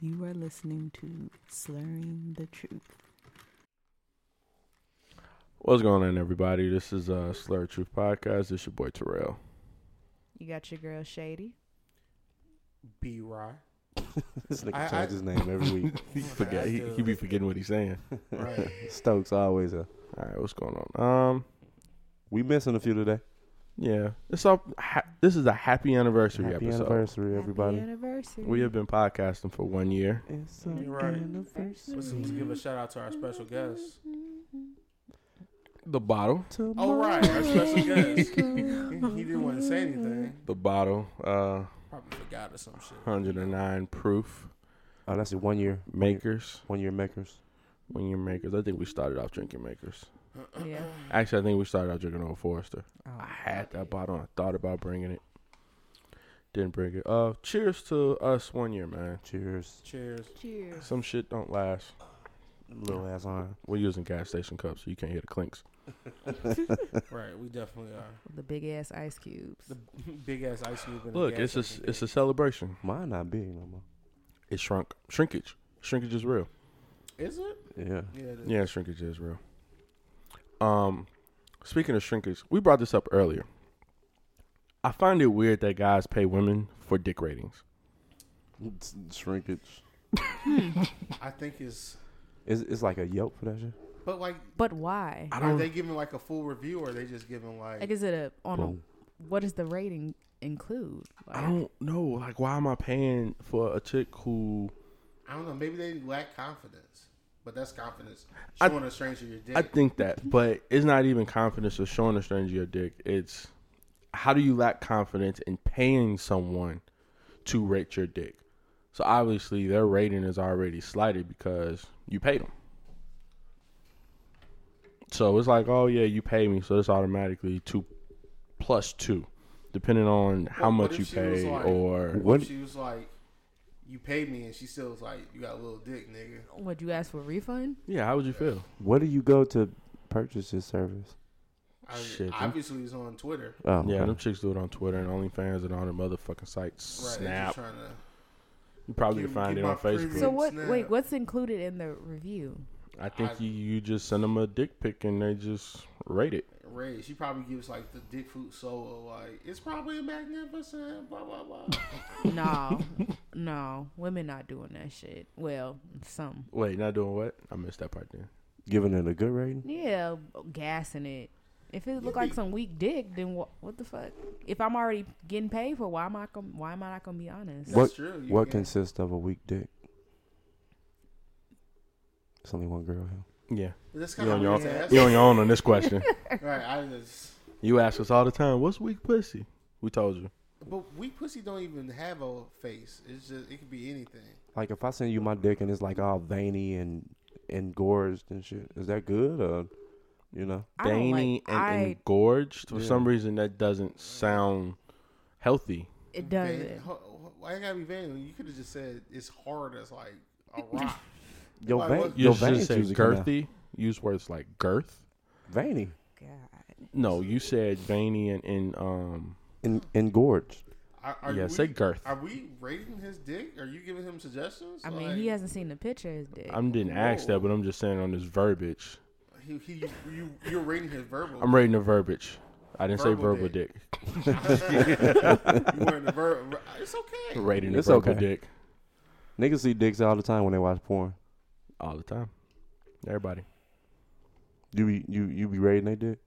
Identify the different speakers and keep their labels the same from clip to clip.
Speaker 1: You are listening to Slurring the Truth.
Speaker 2: What's going on, everybody? This is uh, Slur Truth Podcast. It's your boy Terrell.
Speaker 3: You got your girl Shady.
Speaker 4: B Rye.
Speaker 5: This nigga
Speaker 4: I- I-
Speaker 5: changes his name every week.
Speaker 2: He forget. He, he be forgetting what he's saying.
Speaker 4: Right.
Speaker 5: Stokes always a.
Speaker 2: All right, what's going on? Um,
Speaker 5: We missing a few today.
Speaker 2: yeah, it's all. Ha- this is a happy anniversary
Speaker 5: Happy
Speaker 2: episode.
Speaker 5: anniversary, everybody.
Speaker 3: Happy anniversary.
Speaker 2: We have been podcasting for one year.
Speaker 5: It's
Speaker 4: You're right. Let's,
Speaker 5: anniversary
Speaker 4: let's give a shout out to our special guest.
Speaker 2: The bottle,
Speaker 5: tomorrow.
Speaker 4: Oh, right. Our special guest. he didn't want to say anything.
Speaker 2: the bottle, uh,
Speaker 4: Probably forgot or some shit.
Speaker 2: 109 proof
Speaker 5: Oh, that's it. One year.
Speaker 2: makers.
Speaker 5: One year makers.
Speaker 2: When you're makers, I think we started off drinking makers.
Speaker 3: Yeah.
Speaker 2: Actually, I think we started out drinking Old Forester.
Speaker 1: Oh.
Speaker 2: I had that bottle. and I thought about bringing it. Didn't bring it. Uh, cheers to us one year, man.
Speaker 5: Cheers.
Speaker 4: Cheers.
Speaker 3: Cheers.
Speaker 2: Some shit don't last.
Speaker 5: Little ass on.
Speaker 2: We're using gas station cups, so you can't hear the clinks.
Speaker 4: Right. We definitely are.
Speaker 3: The big ass ice cubes.
Speaker 4: The big ass ice cube. in the
Speaker 2: Look,
Speaker 4: gas
Speaker 2: it's a
Speaker 4: station.
Speaker 2: it's a celebration.
Speaker 5: Mine not big no more.
Speaker 2: It shrunk. Shrinkage. Shrinkage is real.
Speaker 4: Is it?
Speaker 5: Yeah.
Speaker 4: Yeah. It is.
Speaker 2: Yeah, shrinkage is real. Um, speaking of shrinkage, we brought this up earlier. I find it weird that guys pay women for dick ratings.
Speaker 5: It's shrinkage.
Speaker 4: I think it's.
Speaker 5: It's, it's like a Yelp for that shit.
Speaker 4: But like,
Speaker 3: But why?
Speaker 2: I
Speaker 4: are
Speaker 2: don't.
Speaker 4: they giving like a full review or are they just giving like?
Speaker 3: Like, is it a on
Speaker 5: Boom.
Speaker 3: a? What does the rating include? Like,
Speaker 2: I don't know. Like, why am I paying for a chick who?
Speaker 4: I don't know. Maybe they lack confidence. But that's confidence.
Speaker 2: I-
Speaker 4: Showing a stranger your dick.
Speaker 2: I think that, but it's not even confidence of showing a stranger your dick. It's how do you lack confidence in paying someone to rate your dick? So obviously their rating is already slighted because you paid them. So it's like, oh yeah, you pay me, so it's automatically two plus two, depending on how
Speaker 4: Well, what
Speaker 2: much
Speaker 4: if
Speaker 2: you
Speaker 4: she was
Speaker 2: pay
Speaker 4: like-
Speaker 2: or
Speaker 4: What
Speaker 5: What?
Speaker 4: if she was like, "You paid me," and she still was like, "You got a little dick, nigga."
Speaker 3: Would you ask for a refund?
Speaker 2: yeah. How would you feel?
Speaker 5: Where do you go to purchase this service?
Speaker 4: I,
Speaker 2: Shit, dude.
Speaker 4: obviously, it's on Twitter.
Speaker 5: Oh,
Speaker 2: Yeah,
Speaker 5: okay.
Speaker 2: them chicks do it on Twitter and OnlyFans and all them motherfucking sites.
Speaker 4: Right, they're
Speaker 2: Snap.
Speaker 4: just trying to.
Speaker 2: You probably
Speaker 4: give-
Speaker 2: can find
Speaker 4: give
Speaker 2: it on
Speaker 4: my premium.
Speaker 2: Facebook.
Speaker 3: So
Speaker 4: Right.
Speaker 3: what?
Speaker 4: Snap.
Speaker 3: Wait, what's included in the review?
Speaker 2: I think
Speaker 4: I-
Speaker 2: you, you just send them a dick pic and they just rate it.
Speaker 4: Ray, she probably gives like the dick food solo, like it's probably magnificent, blah blah blah.
Speaker 3: no, no, women not doing that shit. Well, some.
Speaker 2: Wait, not doing what? I missed that part then.
Speaker 5: Giving it a good rating?
Speaker 3: Yeah, gassing it. If it look
Speaker 4: Yeah,
Speaker 3: like
Speaker 4: but-
Speaker 3: some weak dick, then what? What the fuck? If I'm already getting paid for, why am I? Com- why am I not gonna be honest?
Speaker 4: That's
Speaker 5: What-
Speaker 4: true. You
Speaker 5: What
Speaker 4: can-
Speaker 5: consists of a weak dick? It's only one girl here.
Speaker 2: Yeah.
Speaker 4: That's
Speaker 2: You
Speaker 4: kind
Speaker 2: on,
Speaker 4: of
Speaker 2: your,
Speaker 4: weird to ask.
Speaker 2: you on your own on this question.
Speaker 4: right? I just,
Speaker 2: you ask us all the time, what's weak pussy? We told you.
Speaker 4: but we pussy don't even have a face. It's just it could be anything.
Speaker 5: Like if I send you my dick and it's like all veiny and engorged and shit, is that good or you know?
Speaker 3: I don't
Speaker 2: Veiny
Speaker 3: like.
Speaker 2: and
Speaker 3: I
Speaker 2: engorged. For
Speaker 5: Yeah.
Speaker 2: some reason, that doesn't sound healthy.
Speaker 3: it
Speaker 4: Vein-
Speaker 3: doesn't.
Speaker 4: ho- ho- Why it gotta be vain? You could have just said it's hard as like a rock.
Speaker 5: Your
Speaker 4: Like,
Speaker 5: vein,
Speaker 4: what-
Speaker 2: You
Speaker 5: your
Speaker 2: should
Speaker 5: veins
Speaker 2: say
Speaker 5: usually come out.
Speaker 2: girthy. Use words like girth.
Speaker 5: veiny,
Speaker 3: God,
Speaker 2: No, you said veiny and, and um.
Speaker 5: en- engorged.
Speaker 4: Are, are
Speaker 2: yeah,
Speaker 4: we,
Speaker 2: say girth.
Speaker 4: Are we rating his dick? Are you giving him suggestions?
Speaker 3: I mean,
Speaker 4: Like,
Speaker 3: he hasn't seen the picture of his dick.
Speaker 2: I didn't ask
Speaker 4: Whoa.
Speaker 2: that, but I'm just saying on this verbiage.
Speaker 4: He, he, you, you're rating his verbal.
Speaker 2: I'm rating the verbiage. I didn't say
Speaker 4: Verbal
Speaker 2: verbal
Speaker 4: dick.
Speaker 2: dick.
Speaker 4: you weren't the verb. It's okay.
Speaker 2: Rating the
Speaker 5: It's
Speaker 2: verbal
Speaker 5: okay.
Speaker 2: dick.
Speaker 5: Niggas see dicks all the time when they watch porn.
Speaker 2: All the time. Everybody.
Speaker 5: You be you you be rating they dick?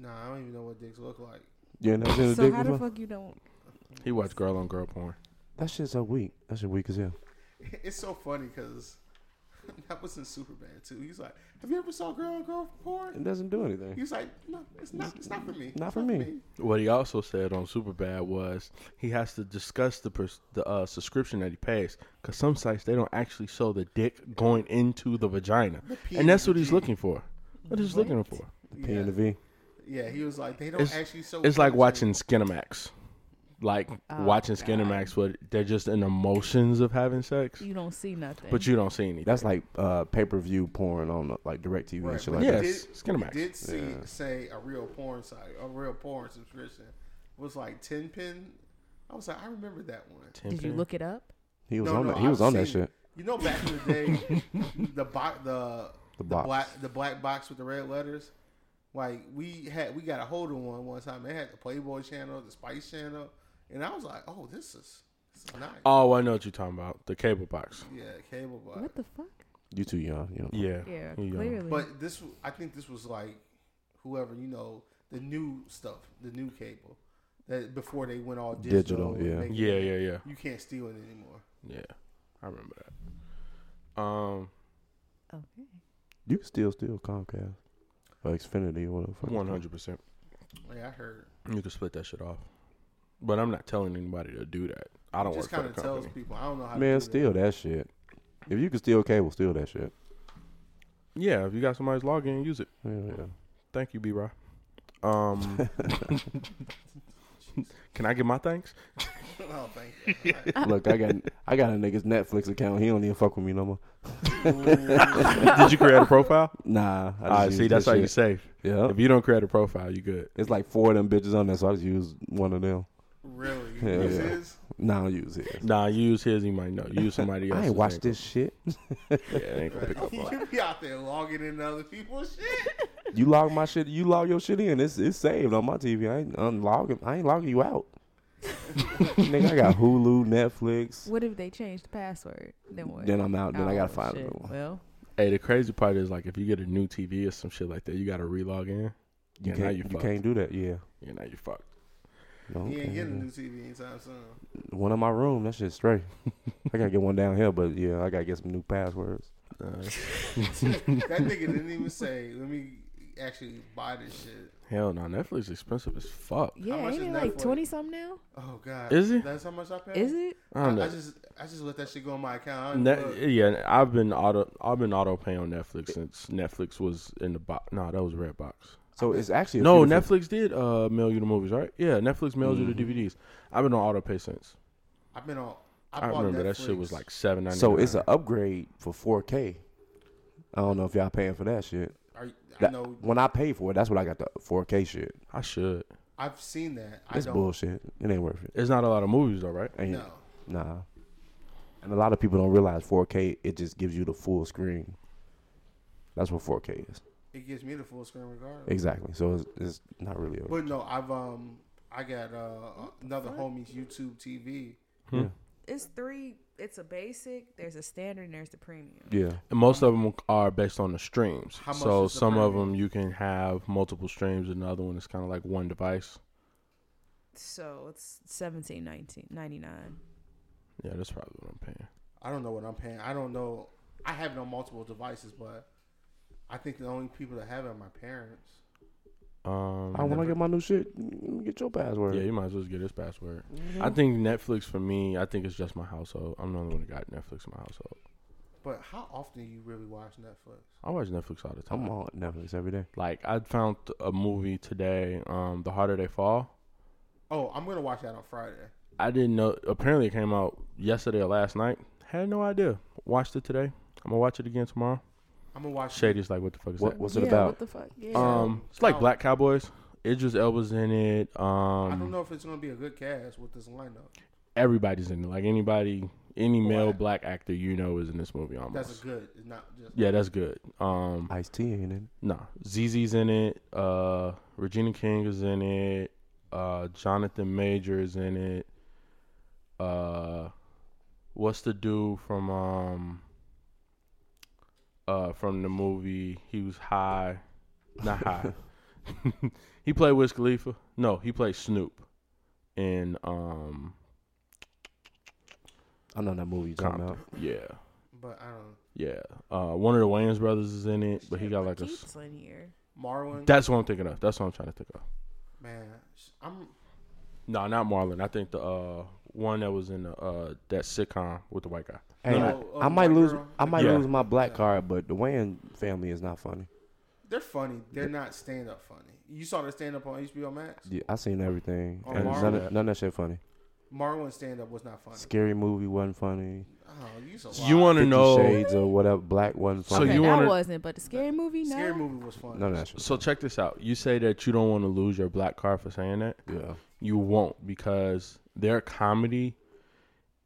Speaker 4: Nah, I don't even know what dicks look like.
Speaker 5: You ain't never seen a
Speaker 3: so
Speaker 5: dick
Speaker 3: how the
Speaker 5: before?
Speaker 3: fuck you don't?
Speaker 2: He watched girl on girl porn.
Speaker 5: that shit's so weak. That shit weak as hell.
Speaker 4: It's so funny because that was in Superman too. He's like, "Have you ever saw girl on girl porn?"
Speaker 5: It doesn't do anything.
Speaker 4: He's like, "No, it's not. It's not for me.
Speaker 5: Not
Speaker 4: It's
Speaker 5: for me."
Speaker 2: What he also said on Superbad was he has to discuss the pers- the uh, subscription that he pays because some sites they don't actually show the dick going into the vagina, and that's what he's
Speaker 4: PVG.
Speaker 2: looking for. What he's looking for.
Speaker 5: P and the V.
Speaker 4: Yeah, he was like, "They don't
Speaker 2: It's-
Speaker 4: actually show."
Speaker 2: It's like
Speaker 4: pictures.
Speaker 2: watching Skinamax, like
Speaker 3: Oh,
Speaker 2: watching Skinamax, but they're just in the motions of having sex,
Speaker 3: You don't see nothing.
Speaker 2: but you don't see anything.
Speaker 5: That's like uh, pay per view porn on like direct TV and
Speaker 4: Right,
Speaker 5: shit
Speaker 4: but
Speaker 5: like
Speaker 4: he
Speaker 2: Yes,
Speaker 5: that.
Speaker 4: did-
Speaker 2: Skinamax.
Speaker 4: he Did see say a real porn site, a real porn subscription was like ten pin. I was like, I remember that one.
Speaker 2: Ten
Speaker 3: did you
Speaker 2: pin.
Speaker 3: look it up?
Speaker 5: He was
Speaker 4: No,
Speaker 5: on
Speaker 4: no,
Speaker 5: that. He
Speaker 4: I've
Speaker 5: was on that
Speaker 4: seen-
Speaker 5: shit.
Speaker 4: You know, back in the day, the bo- the the,
Speaker 5: The box.
Speaker 4: black the black box with the red letters. Like we had, we got a hold of one one time. They had the Playboy channel, the Spice channel, and I was like, "Oh, this is, this is nice."
Speaker 2: Oh, I know what you're talking about. The cable box.
Speaker 4: yeah, cable box.
Speaker 3: What the fuck?
Speaker 5: You too young. You know.
Speaker 2: Yeah.
Speaker 3: Yeah,
Speaker 2: you know.
Speaker 3: clearly.
Speaker 4: But this, w- I think this was like whoever you know the new stuff, the new cable that before they went all digital.
Speaker 5: Digital,
Speaker 4: and
Speaker 5: yeah.
Speaker 4: make-
Speaker 2: Yeah, yeah, yeah.
Speaker 4: You can't steal it anymore.
Speaker 2: Yeah. I remember that. Um
Speaker 3: okay.
Speaker 5: You can still steal Comcast or Xfinity or whatever. the fuck
Speaker 2: one
Speaker 5: it's called.
Speaker 2: hundred percent.
Speaker 4: Like I heard,
Speaker 2: You can split that shit off. But I'm not telling anybody to do that. I don't
Speaker 4: it
Speaker 2: work
Speaker 4: just
Speaker 2: for
Speaker 4: kind
Speaker 2: the
Speaker 4: of tells
Speaker 2: company.
Speaker 4: people. I don't know how.
Speaker 5: Man,
Speaker 4: to do that.
Speaker 5: steal that shit. If you can steal cable, steal that shit.
Speaker 2: Yeah, if you got somebody's login, use it.
Speaker 5: Yeah, yeah.
Speaker 2: Thank you, B Ra. Um Can I get my thanks?
Speaker 4: Oh, thank you.
Speaker 5: Look, I got I got a nigga's Netflix account. He don't even fuck with me no more.
Speaker 2: Did you create a profile?
Speaker 5: Nah. I
Speaker 2: I
Speaker 5: just
Speaker 2: see,
Speaker 5: use
Speaker 2: that's
Speaker 5: that
Speaker 2: how you
Speaker 5: shit. Oh.
Speaker 2: safe.
Speaker 5: Yeah.
Speaker 2: If you don't create a profile, you good.
Speaker 5: It's like four of them bitches on there, so I just use one of them.
Speaker 4: Really?
Speaker 5: Hell
Speaker 4: This
Speaker 5: yeah.
Speaker 4: is?
Speaker 5: Nah, I don't use it.
Speaker 2: Nah, use his, he might know. Use somebody else.
Speaker 5: I ain't watched this shit.
Speaker 2: Yeah, it ain't gonna pick up a lot.
Speaker 4: you be out there logging into other people's shit.
Speaker 5: You log my shit. You log your shit in. It's it's saved on my TV. I ain't unlogging. I ain't logging you out. Nigga, I got Hulu, Netflix.
Speaker 3: What if they change the password? Then what?
Speaker 5: Then I'm out. Then I gotta
Speaker 3: Oh,
Speaker 5: find
Speaker 3: shit.
Speaker 5: another one.
Speaker 3: Well,
Speaker 2: Hey, the crazy part is like if you get a new TV or some shit like that, you gotta relog in.
Speaker 5: You
Speaker 2: Yeah, now you
Speaker 5: can't. You,
Speaker 2: fucked.
Speaker 5: can't do that. Yeah.
Speaker 2: Yeah, now you fucked.
Speaker 5: No,
Speaker 4: He ain't
Speaker 5: can't
Speaker 4: getting a
Speaker 5: do
Speaker 4: new TV anytime soon.
Speaker 5: that. one in my room. That shit's straight. I gotta get one down here, but yeah, I gotta get some new passwords.
Speaker 2: Uh,
Speaker 4: That nigga didn't even say, let me actually buy this shit.
Speaker 2: hell no, Netflix expensive as fuck.
Speaker 3: yeah,
Speaker 4: much
Speaker 3: ain't
Speaker 4: is
Speaker 3: it
Speaker 4: that
Speaker 3: like
Speaker 4: for?
Speaker 3: twenty something now?
Speaker 4: Oh, God.
Speaker 2: Is it?
Speaker 4: That's how much I paid?
Speaker 3: Is it?
Speaker 2: I
Speaker 4: I,
Speaker 2: don't know.
Speaker 4: I just I just let that shit go on my account. I don't
Speaker 2: Ne-
Speaker 4: look.
Speaker 2: yeah, I've been auto I've been auto paying on Netflix since Netflix was in the box. No, that was Redbox.
Speaker 5: So it's actually a
Speaker 2: No,
Speaker 5: few different-
Speaker 2: Netflix did uh, mail you the movies, right? Yeah, Netflix mails you the
Speaker 4: Mm-hmm.
Speaker 2: DVDs. I've been on auto pay since.
Speaker 4: I've been on. I,
Speaker 2: I,
Speaker 4: bought
Speaker 2: remember that
Speaker 4: Netflix.
Speaker 2: shit was like seven ninety.
Speaker 5: So it's an upgrade for 4K. I don't know if y'all paying for that shit.
Speaker 4: Are you- I
Speaker 5: That-
Speaker 4: know.
Speaker 5: When I paid for it, that's what I got the 4K shit.
Speaker 2: I should.
Speaker 4: I've seen that. I
Speaker 5: That's
Speaker 4: don't.
Speaker 5: bullshit. It ain't worth it.
Speaker 2: It's not a lot of movies though, right?
Speaker 5: Ain't,
Speaker 4: No.
Speaker 5: Nah. And a lot of people don't realize 4K. It just gives you the full screen. That's what 4K is.
Speaker 4: It gives me the full screen regardless.
Speaker 5: Exactly. So it's, it's not really. A,
Speaker 4: But no, I've um I got uh another homie's YouTube TV.
Speaker 2: Hmm.
Speaker 3: It's three. It's a basic. There's a standard. and There's the premium.
Speaker 5: yeah.
Speaker 2: And most of them are based on the streams.
Speaker 4: How much
Speaker 2: so
Speaker 4: is the
Speaker 2: some of
Speaker 4: premium?
Speaker 2: them you can have multiple streams, and the other one is kind of like one device.
Speaker 3: So it's seventeen, nineteen, ninety nine.
Speaker 2: Yeah, that's probably what I'm paying.
Speaker 4: I don't know what I'm paying. I don't know. I have it on multiple devices, but I think the only people that have it are my parents.
Speaker 2: Um,
Speaker 5: Oh, I want to get my new shit. Get your password.
Speaker 2: Yeah, you might as well just get his password.
Speaker 4: Mm-hmm.
Speaker 2: I think Netflix for me, I think it's just my household. I'm the only one that got Netflix in my household.
Speaker 4: But how often do you really watch Netflix?
Speaker 2: I watch Netflix all the time.
Speaker 5: I'm on Netflix every day.
Speaker 2: Like I found a movie today, um, The Harder They Fall.
Speaker 4: Oh, I'm gonna watch that on Friday.
Speaker 2: I didn't know. Apparently, it came out yesterday or last night. Had no idea. Watched it today. I'm gonna watch it again tomorrow.
Speaker 4: I'm gonna watch.
Speaker 2: Shady's like, what the fuck is
Speaker 5: What,
Speaker 2: that?
Speaker 5: what's it
Speaker 3: yeah,
Speaker 5: about?
Speaker 3: What the fuck? Yeah.
Speaker 2: Um, it's like Black Cowboys. Idris Elba's in it. Um,
Speaker 4: Oh. I don't know if it's gonna be a good cast with this lineup.
Speaker 2: everybody's in it. Like anybody, any male
Speaker 4: Black.
Speaker 2: black actor you know is in this movie almost.
Speaker 4: That's good. It's not just.
Speaker 2: yeah, that's good. Um,
Speaker 5: Ice T ain't in.
Speaker 2: no, ZZ's in it. Uh, Regina King is in it. Uh, Jonathan Major is in it. Uh, what's the dude from um, uh, from the movie? He was high, not high. he played Wiz Khalifa. No, he played Snoop in um,
Speaker 5: I know that movie you talking
Speaker 2: Compton.
Speaker 5: about.
Speaker 2: Yeah,
Speaker 4: But I don't.
Speaker 2: yeah. Uh, one of the Wayans brothers is in it, but he got like a. s-
Speaker 3: Keats in here.
Speaker 4: Marlon.
Speaker 2: That's what I'm thinking of. That's what I'm trying to think of.
Speaker 4: man, sh- I'm.
Speaker 2: No, not Marlon. I think the uh, one that was in the, uh, that sitcom with the white guy.
Speaker 5: Hey,
Speaker 4: No,
Speaker 5: I,
Speaker 4: no,
Speaker 5: I
Speaker 4: um,
Speaker 5: might
Speaker 4: White
Speaker 5: lose.
Speaker 4: Girl.
Speaker 5: I might
Speaker 2: Yeah.
Speaker 5: lose my black card, but the Wayne family is not funny.
Speaker 4: They're funny. They're not stand up funny. You saw their stand up on HBO Max.
Speaker 5: Yeah, I seen everything.
Speaker 4: Oh,
Speaker 5: and
Speaker 2: Marvel.
Speaker 5: none, of, none of that shit funny.
Speaker 4: Marlon stand up was not funny.
Speaker 5: Scary movie wasn't funny.
Speaker 4: Oh, you so
Speaker 2: you want to
Speaker 5: Fifty
Speaker 2: know?
Speaker 5: Shades or whatever. Black wasn't
Speaker 2: So
Speaker 5: funny.
Speaker 3: okay,
Speaker 2: you
Speaker 3: that
Speaker 2: wanna-
Speaker 3: wasn't, but the scary movie. No.
Speaker 4: scary movie was funny.
Speaker 5: none of that shit.
Speaker 2: So check this out. You say that you don't want to lose your black card for saying that.
Speaker 5: yeah,
Speaker 2: You won't because their comedy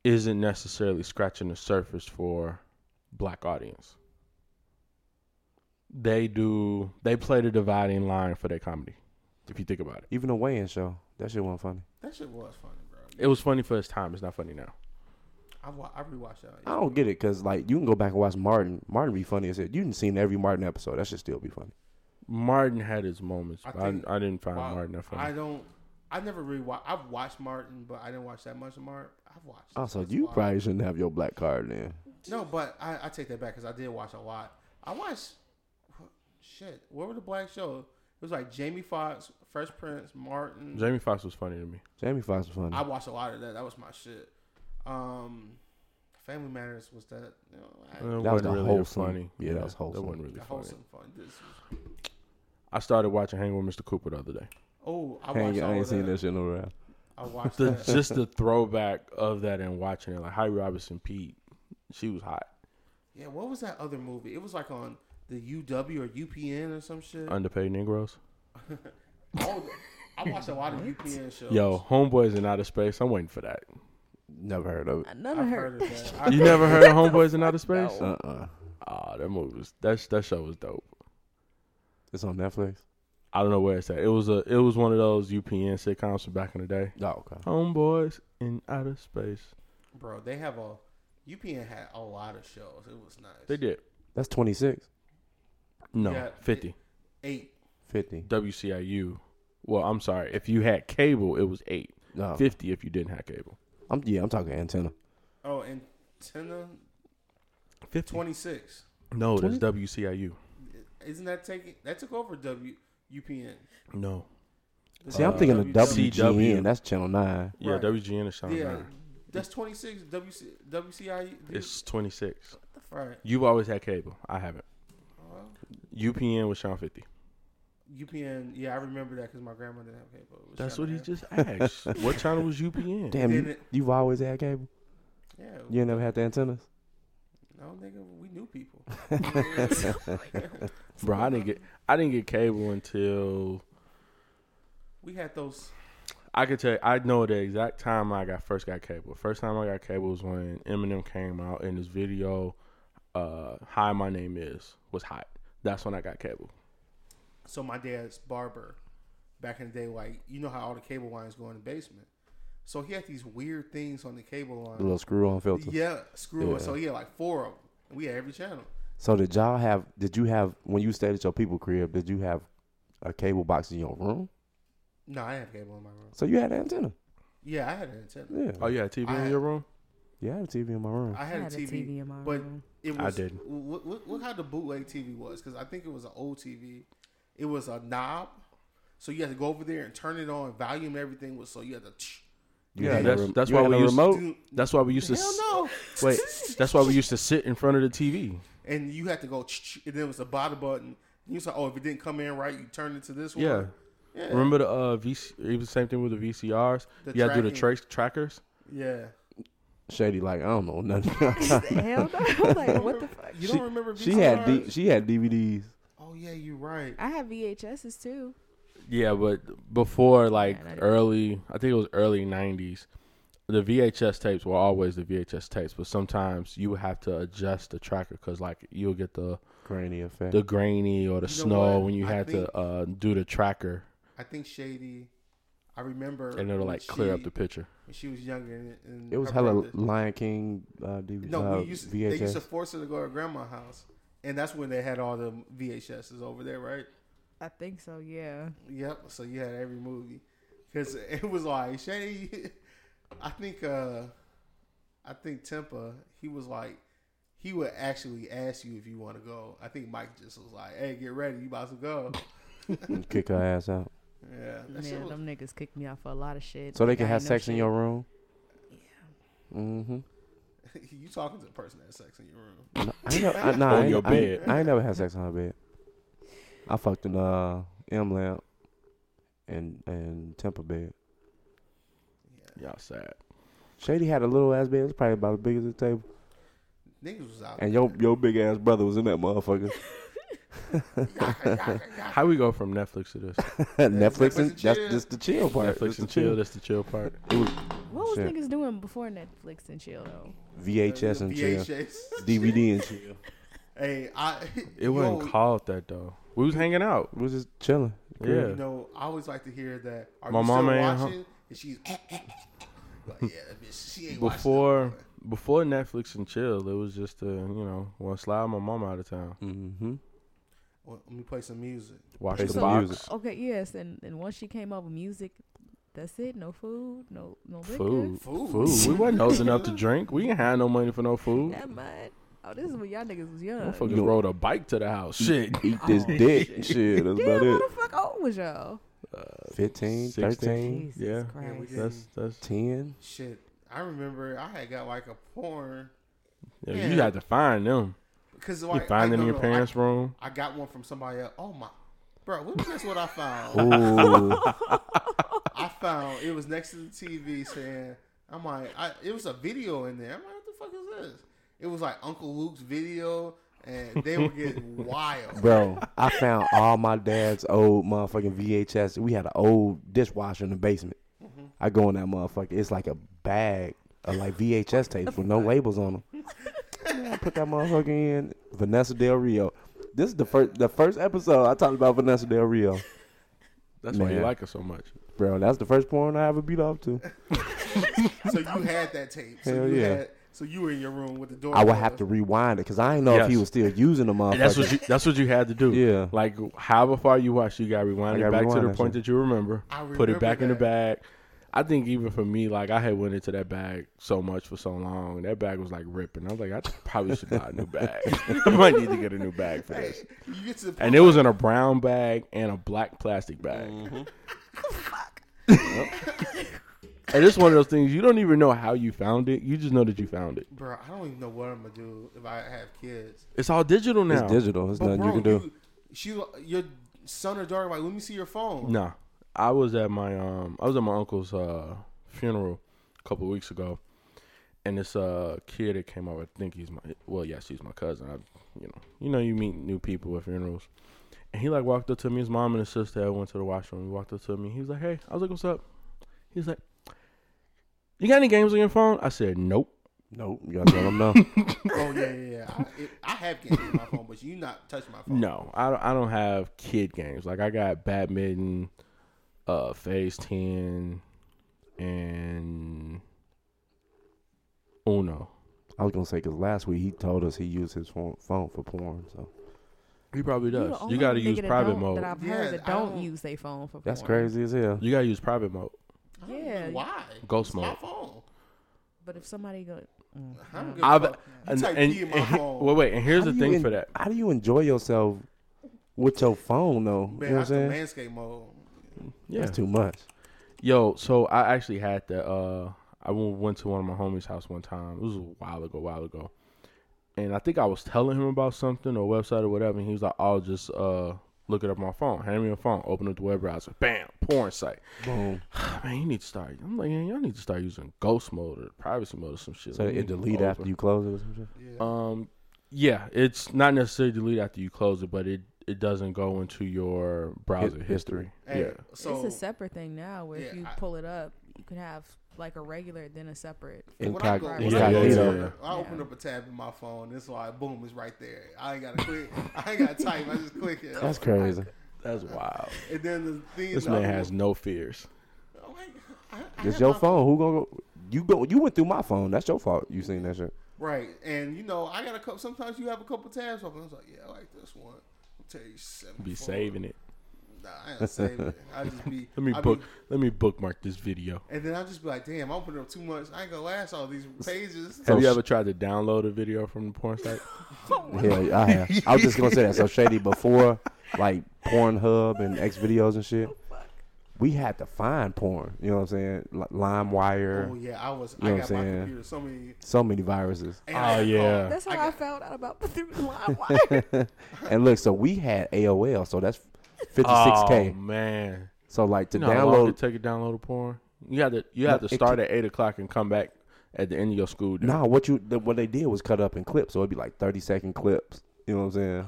Speaker 2: isn't necessarily scratching the surface for black audience. They do they play the dividing line for their comedy, if you think about it.
Speaker 5: Even the weigh-in show, that shit wasn't funny.
Speaker 4: That shit was funny, bro.
Speaker 2: It was funny for its time, it's not funny now.
Speaker 4: I, wa- I rewatched that.
Speaker 5: I don't get it because like you can go back and watch Martin. Martin be funny as it. You didn't seen every Martin episode. That should still be funny.
Speaker 2: Martin had his moments,
Speaker 4: I
Speaker 2: but I,
Speaker 4: think-
Speaker 2: I, didn't find
Speaker 4: Wow.
Speaker 2: Martin that funny.
Speaker 4: I don't. I never really watched. I've watched Martin, but I didn't watch that much of Martin. I've watched.
Speaker 5: Also,
Speaker 4: That's
Speaker 5: you
Speaker 4: wild.
Speaker 5: probably shouldn't have your black card then.
Speaker 4: no, but I, I take that back because I did watch a lot. I watched shit. What were the black shows? It was like Jamie Foxx, Fresh Prince, Martin.
Speaker 2: Jamie Foxx was funny to me.
Speaker 5: Jamie Foxx was funny.
Speaker 4: I watched a lot of that. That was my shit. Um, Family Matters was that. You know, I,
Speaker 2: It
Speaker 5: was
Speaker 2: wasn't
Speaker 5: the
Speaker 2: really
Speaker 5: wholesome-
Speaker 2: funny.
Speaker 5: yeah, that was
Speaker 2: That
Speaker 5: wholesome.
Speaker 2: wasn't really
Speaker 4: the
Speaker 2: funny.
Speaker 4: wholesome fun. This was-
Speaker 2: I started watching Hang with Mr. Cooper the other day.
Speaker 4: oh, I
Speaker 5: I,
Speaker 4: watched
Speaker 5: ain't,
Speaker 4: all
Speaker 5: I ain't
Speaker 4: of
Speaker 5: seen
Speaker 4: that.
Speaker 5: that shit in a while.
Speaker 4: I watched
Speaker 2: The,
Speaker 4: that.
Speaker 2: just the throwback of that and watching it, like Hyrie Robinson Pete, she was hot.
Speaker 4: Yeah, what was that other movie? It was like on the UW or UPN or some shit.
Speaker 2: Underpaid Negroes.
Speaker 4: All- Oh, I watched a lot of UPN shows.
Speaker 2: Yo, Homeboys in Outer Space. I'm waiting for that.
Speaker 5: Never heard of it.
Speaker 3: None
Speaker 4: I've
Speaker 3: of
Speaker 4: heard
Speaker 3: her.
Speaker 4: of that. I,
Speaker 2: You never heard of Homeboys in Outer Space?
Speaker 4: Oh.
Speaker 5: Uh
Speaker 2: Ah,
Speaker 5: uh
Speaker 2: that movie was that sh- that show was dope.
Speaker 5: It's on Netflix.
Speaker 2: I don't know where it's at. It was a it was one of those UPN sitcoms from back in the day.
Speaker 5: Oh, okay.
Speaker 2: Homeboys in Outer Space.
Speaker 4: bro, they have a UPN had a lot of shows. It was nice.
Speaker 2: They did.
Speaker 5: That's 26,
Speaker 2: No,
Speaker 4: Yeah, it-
Speaker 2: 50.
Speaker 4: eight.
Speaker 5: 50.
Speaker 2: WCIU. Well, I'm sorry. If you had cable, it was eight.
Speaker 5: No,
Speaker 2: Fifty if you didn't have cable.
Speaker 5: I'm yeah. I'm talking antenna.
Speaker 4: Oh, and antenna
Speaker 2: Fifty.
Speaker 4: twenty six.
Speaker 2: No, that's WCIU.
Speaker 4: Isn't that taking that took over W UPN?
Speaker 2: No.
Speaker 5: See, I'm
Speaker 2: Uh,
Speaker 5: thinking of
Speaker 2: WW.
Speaker 5: WGN. That's Channel Nine.
Speaker 2: Yeah,
Speaker 4: Right.
Speaker 2: WGN is Sean
Speaker 4: Yeah,
Speaker 2: Nine.
Speaker 4: that's twenty six. WC WCIU.
Speaker 2: It's 26.
Speaker 4: E. right.
Speaker 2: You've always had cable. I haven't.
Speaker 4: Well,
Speaker 2: UPN was Sean 50.
Speaker 4: UPN. Yeah, I remember that because my grandma didn't have cable. It was
Speaker 2: That's
Speaker 4: Channel
Speaker 2: what he
Speaker 4: Nine.
Speaker 2: just asked. what channel was UPN?
Speaker 5: Damn,
Speaker 4: Then
Speaker 5: you,
Speaker 4: it-
Speaker 5: you've always had cable.
Speaker 4: Yeah.
Speaker 5: You ain't never had the antennas.
Speaker 4: No, nigga, we knew people.
Speaker 2: Bro, I didn't get I didn't get cable until
Speaker 4: we had those.
Speaker 2: I could tell you, I know the exact time I got first got cable. First time I got cable was when Eminem came out and his video uh Hi My Name Is was hot. That's when I got cable.
Speaker 4: So my dad's barber, back in the day, like you know how all the cable lines go in the basement. So he had these weird things on the cable
Speaker 5: The
Speaker 4: line.
Speaker 5: little screw on filter.
Speaker 4: Yeah, screw
Speaker 5: Yeah.
Speaker 4: it. So he had like four of them. And we had every channel.
Speaker 5: So did y'all have? Did you have when you stayed at your people crib? Did you have a cable box in your room?
Speaker 4: No, I didn't have cable in my room.
Speaker 5: So you had an antenna.
Speaker 4: Yeah, I had an antenna.
Speaker 5: Yeah.
Speaker 2: Oh, you had TV in
Speaker 4: I-
Speaker 2: your room?
Speaker 5: Yeah, I had a TV in my room.
Speaker 4: I
Speaker 3: I
Speaker 4: had, a, TV,
Speaker 3: in my
Speaker 4: but
Speaker 3: room.
Speaker 4: it was.
Speaker 2: I didn't.
Speaker 4: Look, look, look how the bootleg TV was because I think it was an old TV. It was a knob, so you had to go over there and turn it on. Volume everything was so you had to.
Speaker 5: You
Speaker 2: Yeah,
Speaker 5: had a
Speaker 2: that's
Speaker 5: re-
Speaker 2: that's
Speaker 5: you
Speaker 2: why
Speaker 5: had
Speaker 2: we
Speaker 5: a
Speaker 2: used
Speaker 5: remote.
Speaker 4: do-
Speaker 2: that's why we used to
Speaker 4: Hell
Speaker 2: s-
Speaker 4: no!
Speaker 2: wait. That's why we used to sit in front of the TV.
Speaker 4: and you had to go, and then it was the bottom button. And you said, "Oh, if it didn't come in right, you turned it to this one."
Speaker 2: Yeah.
Speaker 4: yeah,
Speaker 2: Remember the uh, VC, it was the same thing with the VCRs.
Speaker 4: The
Speaker 2: you had to do the
Speaker 4: tracking.
Speaker 2: trace trackers.
Speaker 4: yeah.
Speaker 5: Shady like I don't know nothing.
Speaker 3: Hell no. I'm like, what the fuck?
Speaker 4: You
Speaker 5: She-
Speaker 4: don't remember?
Speaker 5: she had D-
Speaker 4: VCRs?
Speaker 5: she had DVDs.
Speaker 4: oh yeah, you're right.
Speaker 3: I have VHSs too.
Speaker 2: Yeah, but before like
Speaker 3: Yeah, that-
Speaker 2: early, I think it was early '90s. The VHS tapes were always the VHS tapes, but sometimes you would have to adjust the tracker because like you'll get the
Speaker 5: Grainy effect.
Speaker 2: the grainy or the
Speaker 4: You know
Speaker 2: snow
Speaker 4: what?
Speaker 2: when you
Speaker 4: I
Speaker 2: had
Speaker 4: think-
Speaker 2: to uh, do the tracker,
Speaker 4: I think Shady. I remember.
Speaker 2: and it'll
Speaker 4: when
Speaker 2: like clear up
Speaker 4: she-
Speaker 2: the picture.
Speaker 4: when she was younger. And, and
Speaker 5: it was
Speaker 4: her
Speaker 5: hella
Speaker 4: brothers-
Speaker 5: Lion King uh, DVD.
Speaker 4: No,
Speaker 5: uh,
Speaker 4: we used to, they used to
Speaker 5: VHS.
Speaker 4: force her to go to grandma's house, and that's when they had all the VHSs over there, right?
Speaker 3: I think so, yeah.
Speaker 4: Yep. So you had every movie because it was like Shady. I think uh I think Tempa. He was like he would actually ask you if you want to go. I think Mike just was like, "Hey, get ready, you about to go."
Speaker 5: and kick her ass out.
Speaker 4: Yeah.
Speaker 3: Man,
Speaker 4: That shit was,
Speaker 3: them niggas kicked me out for a lot of shit.
Speaker 5: So they can
Speaker 3: I
Speaker 5: have
Speaker 3: ain't no
Speaker 5: sex in
Speaker 3: shit.
Speaker 5: your room.
Speaker 3: Yeah.
Speaker 5: Mm-hmm.
Speaker 4: you talking to the person that has sex in your room?
Speaker 5: No, I ain't never, I, nah,
Speaker 2: On
Speaker 5: I ain't-
Speaker 2: your
Speaker 5: I ain't-
Speaker 2: bed.
Speaker 5: I ain't never had sex on her bed. I fucked in uh M lamp and and Temper bed.
Speaker 4: Yeah.
Speaker 2: Y'all sad.
Speaker 5: Shady had a little ass bed. It was probably about as big as the table.
Speaker 4: Niggas was out.
Speaker 5: And your your big ass brother was in that motherfucker.
Speaker 2: How we go from Netflix to this?
Speaker 5: Netflix
Speaker 4: Netflix and
Speaker 5: and that's
Speaker 4: chill.
Speaker 5: just the chill part.
Speaker 2: Netflix
Speaker 5: Just
Speaker 2: and
Speaker 5: the
Speaker 2: chill. That's the chill part.
Speaker 5: It was
Speaker 3: What was
Speaker 5: shit.
Speaker 3: niggas doing before Netflix and chill though?
Speaker 5: VHS and chill,
Speaker 4: VHS.
Speaker 5: DVD and chill.
Speaker 4: Hey, I.
Speaker 2: It wasn't
Speaker 4: yo,
Speaker 2: called that though. We was hanging out.
Speaker 5: We was just chilling.
Speaker 2: Yeah.
Speaker 4: You know, I always like to hear that. Are
Speaker 2: My
Speaker 4: you
Speaker 2: mama
Speaker 4: still
Speaker 2: ain't
Speaker 4: watching? And she's. like, yeah, that bitch, she ain't watching
Speaker 2: Before before Netflix and chill, it was just a you know, well slide my mom out of town.
Speaker 5: Mm-hmm.
Speaker 4: that. Well, let me play some music.
Speaker 2: Watch
Speaker 5: Play
Speaker 2: the
Speaker 5: some
Speaker 2: box.
Speaker 5: music.
Speaker 3: Okay, yes, and and once she came up with music, that's it. No food, no no liquor.
Speaker 2: Food.
Speaker 4: Food.
Speaker 2: Food. We wasn't old enough to drink. We ain't had no money for no food.
Speaker 3: That much. Oh, this is when y'all niggas was young.
Speaker 2: Motherfuckers
Speaker 5: know-
Speaker 2: rode a bike to the house. Shit.
Speaker 5: Eat this
Speaker 3: Oh,
Speaker 5: dick.
Speaker 3: shit.
Speaker 5: Shit, that's
Speaker 3: Damn,
Speaker 5: about
Speaker 3: what
Speaker 5: it.
Speaker 3: the fuck old was y'all?
Speaker 5: 15,
Speaker 2: 16.
Speaker 5: 13,
Speaker 3: Jesus
Speaker 2: Yeah.
Speaker 4: Yeah, we
Speaker 3: Christ.
Speaker 4: did.
Speaker 2: That's that's
Speaker 5: 10.
Speaker 4: Shit. I remember I had got like a porn.
Speaker 2: yeah,
Speaker 4: Yeah.
Speaker 2: you had to find them.
Speaker 4: Because
Speaker 2: You
Speaker 4: like, I,
Speaker 2: find them
Speaker 4: no,
Speaker 2: in your
Speaker 4: no, I-
Speaker 2: parents' room.
Speaker 4: I, got one from somebody else. Oh my. Bro, what was this what I found?
Speaker 5: Ooh.
Speaker 4: I found it was next to the TV saying, I'm like, I, it was a video in there. I'm like, what the fuck is this? It was like Uncle Luke's video, and they were getting wild.
Speaker 5: Bro, I found all my dad's old motherfucking VHS. We had an old dishwasher in the basement. I go in that motherfucker. It's like a bag of like VHS tapes with no labels on them. I put that motherfucker in. Vanessa Del Rio. This is the first the first episode I talked about Vanessa Del Rio.
Speaker 2: That's why you
Speaker 5: Man.
Speaker 2: like her so much.
Speaker 5: Bro, that's the first porn I ever beat off to.
Speaker 4: So you had that tape. So
Speaker 5: Hell
Speaker 4: you
Speaker 5: yeah.
Speaker 4: had, so you were in your room with the door.
Speaker 5: I would
Speaker 4: closed.
Speaker 5: have to rewind it because I didn't know if he
Speaker 2: Yes.
Speaker 5: was still using the motherfucker.
Speaker 2: And that's what you, that's what you had to do.
Speaker 5: Yeah.
Speaker 2: Like however far you watch, you got to rewind
Speaker 5: I
Speaker 2: it
Speaker 5: gotta
Speaker 2: back to
Speaker 5: rewind
Speaker 2: the
Speaker 5: that
Speaker 2: point
Speaker 5: shit.
Speaker 2: that you remember.
Speaker 4: I
Speaker 2: put
Speaker 4: remember
Speaker 2: it back in the
Speaker 4: that.
Speaker 2: bag. I think even for me, like I had went into that bag so much for so long, that bag was like ripping. I was like, I probably should buy a new bag. I might need to get a new bag for
Speaker 4: Hey,
Speaker 2: this.
Speaker 4: you get to the point
Speaker 2: And it was in a brown bag and a black plastic bag.
Speaker 5: Mm-hmm.
Speaker 2: and it's one of those things you don't even know how you found it. You just know that you found it.
Speaker 4: bro, I don't even know what I'm gonna do if I have kids.
Speaker 2: It's all digital now.
Speaker 5: It's digital. There's
Speaker 4: But
Speaker 5: nothing
Speaker 4: bro,
Speaker 5: you can do.
Speaker 4: she, your son or daughter, like, let me see your phone.
Speaker 2: Nah, I was at my um, I was at my uncle's uh funeral a couple weeks ago, and this uh kid that came over, I think he's my well, yes, he's my cousin. I, you know, you know, you meet new people at funerals, and he like walked up to me. His mom and his sister had went to the washroom. He walked up to me. He was like, "Hey," I was like, "What's up?" He was like, "You got any games on your phone?" I said, "Nope."
Speaker 5: Nope. You gotta tell him no.
Speaker 4: Oh yeah, yeah. yeah. I, it, I have games on my phone, but you not touch my phone.
Speaker 2: No, I don't, I don't have kid games. Like I got badminton, uh, phase ten, and Uno.
Speaker 5: I was gonna say because last week he told us he used his phone phone for porn, so
Speaker 2: He probably
Speaker 3: You the
Speaker 2: does. You,
Speaker 3: only
Speaker 2: gotta
Speaker 3: nigga
Speaker 2: use
Speaker 3: that
Speaker 2: private
Speaker 3: don't- That
Speaker 2: mode.
Speaker 3: I've heard
Speaker 4: Yeah,
Speaker 3: that
Speaker 4: I
Speaker 3: don't,
Speaker 4: don't-
Speaker 3: use their phone for.
Speaker 5: that's
Speaker 3: porn.
Speaker 5: crazy as hell.
Speaker 2: You gotta use private mode.
Speaker 4: I don't
Speaker 3: Yeah.
Speaker 4: know Why?
Speaker 2: Ghost
Speaker 4: It's My
Speaker 2: mode.
Speaker 4: phone.
Speaker 3: But if somebody go, mm,
Speaker 4: I don't
Speaker 3: no.
Speaker 4: give a
Speaker 2: I've
Speaker 4: fuck. You
Speaker 2: and,
Speaker 4: type
Speaker 2: and,
Speaker 4: P in my
Speaker 2: and-
Speaker 4: phone.
Speaker 2: well, wait. And here's
Speaker 5: How
Speaker 2: the
Speaker 5: do
Speaker 2: thing
Speaker 5: you en-
Speaker 2: for that.
Speaker 5: How do you enjoy yourself with your phone though? you
Speaker 4: Man,
Speaker 5: know
Speaker 4: I
Speaker 5: what I'm
Speaker 4: do
Speaker 5: saying?
Speaker 4: landscape mode.
Speaker 2: Yeah.
Speaker 5: That's too much.
Speaker 2: Yo, so I actually had that. Uh, I w- went to one of my homies' house one time. It was a while ago, while ago, and I think I was telling him about something or website or whatever, and he was like, "I'll just uh look it up on my phone. Hand me your phone. Open up the web browser. Bam, porn site.
Speaker 5: Boom.
Speaker 2: Man, you need to start. I'm like, man, y'all need to start using ghost mode or privacy mode or some shit.
Speaker 5: So
Speaker 2: Like,
Speaker 5: it
Speaker 2: need to
Speaker 5: delete
Speaker 2: go
Speaker 5: after
Speaker 2: over.
Speaker 5: you close it or some shit.
Speaker 4: Yeah.
Speaker 2: Um, yeah, it's not necessarily delete after you close it, but it it doesn't go into your browser history.
Speaker 5: history.
Speaker 4: Hey,
Speaker 2: Yeah.
Speaker 4: So
Speaker 3: it's a separate thing now. Where if
Speaker 4: Yeah,
Speaker 3: you
Speaker 4: I-
Speaker 3: pull it up, you can have like a regular, then a separate.
Speaker 4: when I go,
Speaker 5: Incog-
Speaker 4: when
Speaker 2: Yeah,
Speaker 4: I, go
Speaker 2: yeah,
Speaker 4: to-
Speaker 5: incognito.
Speaker 4: I open up a tab in my phone. It's like boom, it's right there. I ain't gotta click. I ain't gotta type. I just click it.
Speaker 5: That's crazy.
Speaker 2: That's wild.
Speaker 4: And then the thing.
Speaker 2: This
Speaker 4: the
Speaker 2: man
Speaker 4: other
Speaker 2: has
Speaker 4: one-
Speaker 2: no fears.
Speaker 4: I'm like, I- I
Speaker 5: It's
Speaker 4: have
Speaker 5: your
Speaker 4: my-
Speaker 5: phone. Who gonna go? You go. You went through my phone. That's your fault. You seen that shit.
Speaker 4: Right, and you know I got a couple. Sometimes you have a couple tabs open. I was like, yeah, I like this one. I'll tell you seven.
Speaker 2: Be
Speaker 4: four.
Speaker 2: saving it.
Speaker 4: Nah, I ain't saving it. I just be.
Speaker 2: Let me
Speaker 4: I be-
Speaker 2: book. let me bookmark this video.
Speaker 4: and then I'll just be like, damn, I opened up too much. I ain't gonna last all these pages.
Speaker 5: So
Speaker 2: Have you
Speaker 5: sh-
Speaker 2: ever tried to download a video from the porn site?
Speaker 4: Oh,
Speaker 5: Yeah, I have. I was just gonna say that. So shady before, like Pornhub and X videos and shit. We had to find porn. You know what I'm saying? Like LimeWire.
Speaker 4: Oh yeah, I was.
Speaker 5: You know
Speaker 4: I
Speaker 5: what
Speaker 4: got
Speaker 5: I'm
Speaker 4: my
Speaker 5: saying?
Speaker 4: computer so many.
Speaker 5: So many viruses.
Speaker 4: and I
Speaker 2: Oh,
Speaker 4: got
Speaker 2: yeah.
Speaker 4: called.
Speaker 3: That's how
Speaker 4: I
Speaker 3: I,
Speaker 4: got-
Speaker 3: found out about through LimeWire.
Speaker 5: And look, so we had AOL, so that's 56k.
Speaker 2: Oh man!
Speaker 5: so like to
Speaker 2: You know how long
Speaker 5: download.
Speaker 2: it take to download a porn? You had to. You
Speaker 5: No,
Speaker 2: had to
Speaker 5: it
Speaker 2: start at eight o'clock and come back at the end of your school day.
Speaker 5: nah, what you the, what they did was cut up in clips, so it'd be like 30 second clips. You know what I'm saying?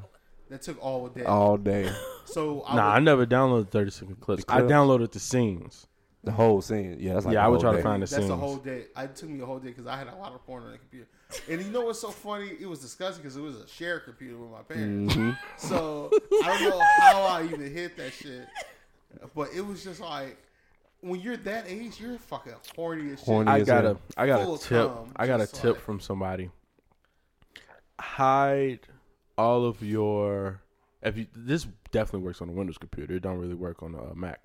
Speaker 4: That took all day.
Speaker 5: All day.
Speaker 4: so I
Speaker 2: Nah, I
Speaker 4: would,
Speaker 2: never downloaded thirty second clips.
Speaker 5: The
Speaker 2: I
Speaker 5: clips?
Speaker 2: downloaded the scenes.
Speaker 5: The whole scene. Yeah, that's like
Speaker 2: yeah,
Speaker 5: the
Speaker 2: I would
Speaker 5: whole
Speaker 2: try
Speaker 5: day.
Speaker 2: to find the
Speaker 4: That's
Speaker 2: scenes.
Speaker 4: a whole day. I- It took me a whole day because I had a lot of porn on the computer. And you know what's so funny? It was disgusting because it was a shared computer with my parents. So I don't know how I even hit that shit. But it was just like when you're that age, you're fucking horny as shit.
Speaker 5: Horny.
Speaker 2: I
Speaker 5: Yes,
Speaker 2: got
Speaker 5: sir.
Speaker 2: a I got
Speaker 4: Full
Speaker 2: a tip.
Speaker 4: time,
Speaker 2: I got a
Speaker 4: just
Speaker 2: tip
Speaker 4: like-
Speaker 2: from somebody. Hide all of your if you this definitely works on a Windows computer. It don't really work on a Mac.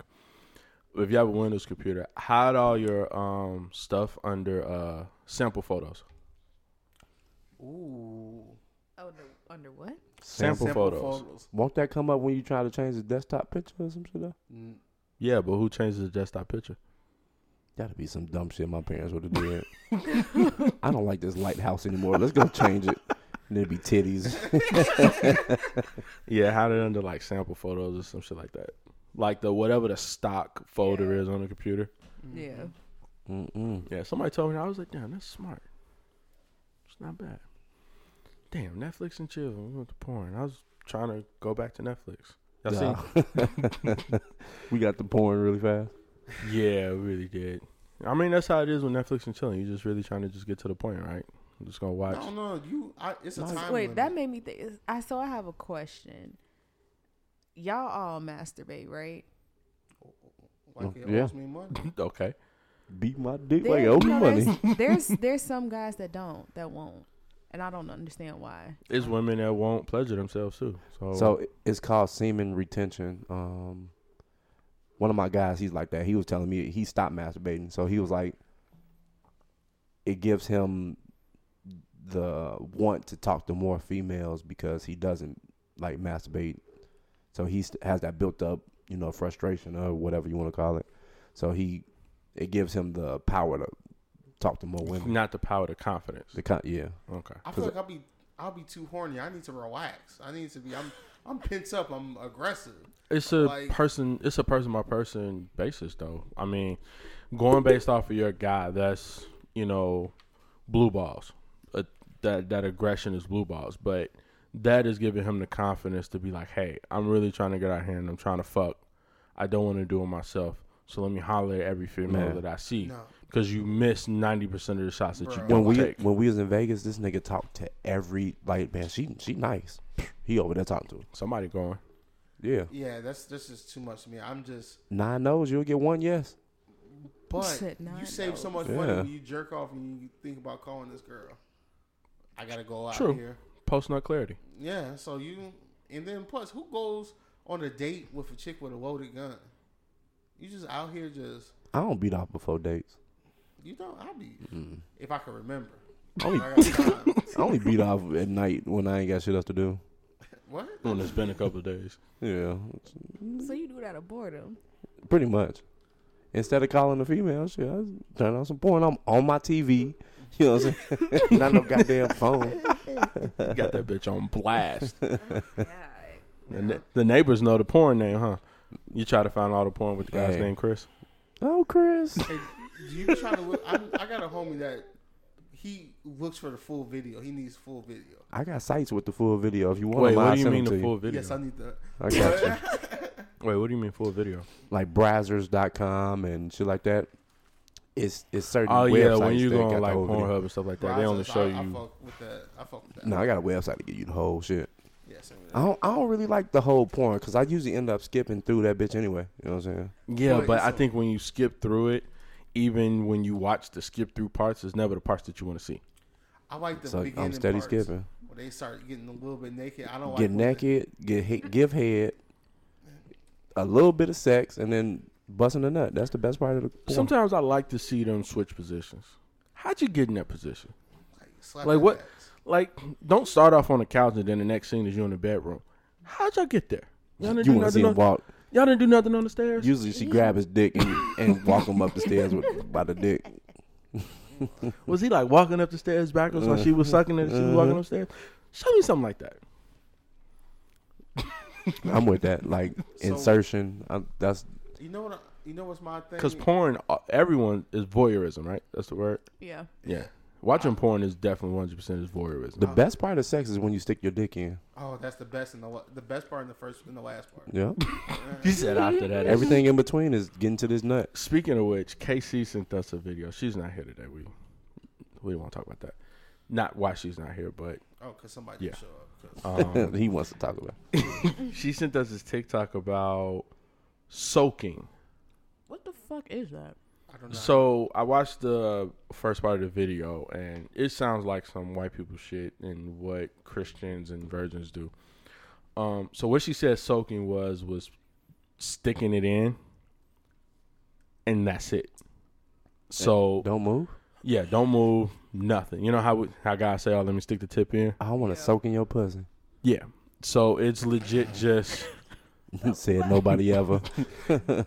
Speaker 2: If you have a Windows computer, hide all your um stuff under uh sample photos.
Speaker 4: Ooh.
Speaker 3: Under, under what?
Speaker 2: Sample, photos.
Speaker 5: Won't that come up when you try to change the desktop picture or some shit? Though?
Speaker 4: Mm-hmm.
Speaker 2: Yeah, but who changes the desktop picture?
Speaker 5: That'd be some dumb shit my parents would have did. I don't like this lighthouse anymore. Let's go change it. And it'd be titties.
Speaker 2: Yeah, hide it under like sample photos or some shit like that. Like the whatever the stock folder is on the computer.
Speaker 3: Yeah.
Speaker 5: Mm-mm.
Speaker 2: Yeah, somebody told me. that. I was like, damn, that's smart. It's not bad. Damn, Netflix and chill. We went to porn. I was trying to go back to Netflix. Y'all seen?
Speaker 5: Nah. we got the porn really fast.
Speaker 2: Yeah, we really did. I mean, that's how it is with Netflix and chilling. You're just really trying to just get to the point, right? I'm just gonna
Speaker 4: I
Speaker 2: watch.
Speaker 4: don't know. You, I, it's a time
Speaker 3: Wait,
Speaker 4: limit.
Speaker 3: that made me think. is- I so I have a question. Y'all all masturbate, right?
Speaker 4: like it
Speaker 5: Yeah.
Speaker 4: owes me money.
Speaker 2: okay.
Speaker 5: Beat my dick
Speaker 3: There-
Speaker 5: like
Speaker 3: you
Speaker 5: open
Speaker 3: know, There's,
Speaker 5: money.
Speaker 3: there's there's some guys that don't that won't, and I don't understand why.
Speaker 2: It's women that won't pleasure themselves too. So,
Speaker 5: So it- it's called semen retention. Um, one of my guys, he's like that. He was telling me he stopped masturbating, so he was like, it gives him the want to talk to more females because he doesn't like masturbate. So he st- has that built up, you know, frustration or whatever you want to call it. So he, it gives him the power to talk to more women.
Speaker 2: not the power to confidence.
Speaker 5: The kind, yeah.
Speaker 2: Okay.
Speaker 4: I feel like I'll be, I'll be too horny. I need to relax. I need to be. I'm, I'm pent up. I'm aggressive.
Speaker 2: It's a
Speaker 4: Like-
Speaker 2: person. It's a person by person basis, though. I mean, going based off of your guy, that's you know, blue balls. Uh, that that aggression is blue balls, but that is giving him the confidence to be like, hey, I'm really trying to get out here and I'm trying to fuck. I don't want to do it myself, so let me holler at every female
Speaker 5: Man.
Speaker 2: that I see
Speaker 4: No.
Speaker 2: because you miss ninety percent of the shots that you
Speaker 4: Bruh.
Speaker 5: when
Speaker 2: don't
Speaker 5: we
Speaker 2: take.
Speaker 5: when we was in Vegas, this nigga talked to every like man. She she nice. He over there talking to her.
Speaker 2: Somebody going.
Speaker 5: Yeah,
Speaker 4: Yeah, that's that's just too much to me. I'm just.
Speaker 5: nine no's you'll get one yes.
Speaker 4: But
Speaker 3: Shit, nah,
Speaker 4: you save so
Speaker 3: no.
Speaker 4: much money
Speaker 5: Yeah.
Speaker 4: when you jerk off and you think about calling this girl. I gotta go out
Speaker 2: True.
Speaker 4: here.
Speaker 2: Post nut clarity.
Speaker 4: Yeah, so you and then plus who goes on a date with a chick with a loaded gun? You just out here just
Speaker 5: I don't beat off before dates.
Speaker 4: you know, I'll be
Speaker 2: Mm.
Speaker 4: if I can remember.
Speaker 5: I
Speaker 2: Oh,
Speaker 5: only,
Speaker 4: I got time.
Speaker 5: I only beat off at night when I ain't got shit else to do.
Speaker 4: what?
Speaker 2: When it's been a couple of days.
Speaker 5: Yeah, it's
Speaker 3: So you do it out of boredom.
Speaker 5: pretty much. Instead of calling a female, shit, I just turn on some porn. I'm on my TV. You know what I'm saying? Not no goddamn phone.
Speaker 2: You got that bitch on blast.
Speaker 3: Yeah.
Speaker 2: The, ne- the neighbors know the porn name, huh? You try to find all the porn with the guy's
Speaker 5: Hey.
Speaker 2: name, Chris.
Speaker 5: Oh, Chris.
Speaker 4: Hey, do you be trying to look I'm, I got a homie that he looks for the full video. He needs full video.
Speaker 5: I got sites with the full video. If you want,
Speaker 2: Wait,
Speaker 5: I'll
Speaker 2: what do you
Speaker 5: send
Speaker 2: mean
Speaker 5: them
Speaker 2: the
Speaker 5: to
Speaker 2: full video?
Speaker 4: Yes, I need that.
Speaker 5: I got you.
Speaker 2: Wait, what do you mean full video?
Speaker 5: like Brazzers.com and shit like that. It's it's certain.
Speaker 2: Oh yeah,
Speaker 5: websites
Speaker 2: when you
Speaker 5: that
Speaker 2: go on
Speaker 5: got the
Speaker 2: like
Speaker 5: whole video.
Speaker 2: Pornhub and stuff like that, they only
Speaker 4: Process,
Speaker 2: show
Speaker 4: I, I
Speaker 2: you.
Speaker 4: fuck with that. I fuck with that.
Speaker 5: No, I got a website to get you the whole shit.
Speaker 4: Yeah, send me that.
Speaker 5: I don't, I don't really like the whole porn because I usually end up skipping through that bitch anyway. You know what I'm saying?
Speaker 2: Yeah,
Speaker 4: Wait,
Speaker 2: but I
Speaker 4: so-
Speaker 2: think when you skip through it, even when you watch the skip through parts, it's never the parts that you want to see.
Speaker 4: I like the
Speaker 5: So
Speaker 4: beginning
Speaker 5: I'm steady
Speaker 4: parts.
Speaker 5: skipping.
Speaker 4: When they start getting a little bit naked, I don't like
Speaker 5: Get
Speaker 4: when they-
Speaker 5: naked, get hit, give head, a little bit of sex, and then busting a nut. That's the best part of the porn.
Speaker 2: Sometimes I like to see them switch positions. How'd you get in that position?
Speaker 4: Like, slap
Speaker 2: Like
Speaker 4: their
Speaker 2: what?
Speaker 4: backs.
Speaker 2: Like, don't start off on the couch and then the next scene is you in the bedroom. How'd y'all get there? Y'all didn't
Speaker 5: you
Speaker 2: do
Speaker 5: want to see
Speaker 2: nothing.
Speaker 5: him
Speaker 2: On,
Speaker 5: walk.
Speaker 2: y'all didn't do nothing on the stairs.
Speaker 5: Usually she grab his dick and, and walk him up the stairs with, by the dick.
Speaker 2: Was he like walking up the stairs backwards while she was
Speaker 5: Uh-huh.
Speaker 2: sucking and she was walking upstairs? Show me something like that.
Speaker 5: I'm with that. Like insertion. i that's
Speaker 4: You know what? I, you know what's my thing?
Speaker 2: Because porn, uh, everyone is voyeurism, right? That's the word.
Speaker 3: Yeah.
Speaker 2: Yeah. Watching porn is definitely 100 percent is voyeurism.
Speaker 5: The best part of sex is when you stick your dick in.
Speaker 4: Oh, that's the best in the la- the best part in the first and the last part.
Speaker 5: Yeah.
Speaker 2: He said after that.
Speaker 5: Everything in between is getting to this nut.
Speaker 2: Speaking of which, KC sent us a video. She's not here today. We we don't want to talk about that. Not why she's not here, but
Speaker 4: Oh, cause somebody
Speaker 2: Yeah.
Speaker 4: didn't show up. 'cause-
Speaker 2: um,
Speaker 5: he wants to talk about. it.
Speaker 2: she sent us this TikTok about soaking.
Speaker 3: What the fuck is that?
Speaker 4: I don't know.
Speaker 2: So I watched the first part of the video, and it sounds like some white people shit and what Christians and virgins do. Um, so what she said soaking was was sticking it in, and that's it. So
Speaker 5: Don't move.
Speaker 2: yeah, don't move, nothing. You know how we, how guys say, "Oh, let me stick the tip in."
Speaker 5: I want to soak in your pussy.
Speaker 2: Yeah. So it's legit, just
Speaker 5: Said nobody ever.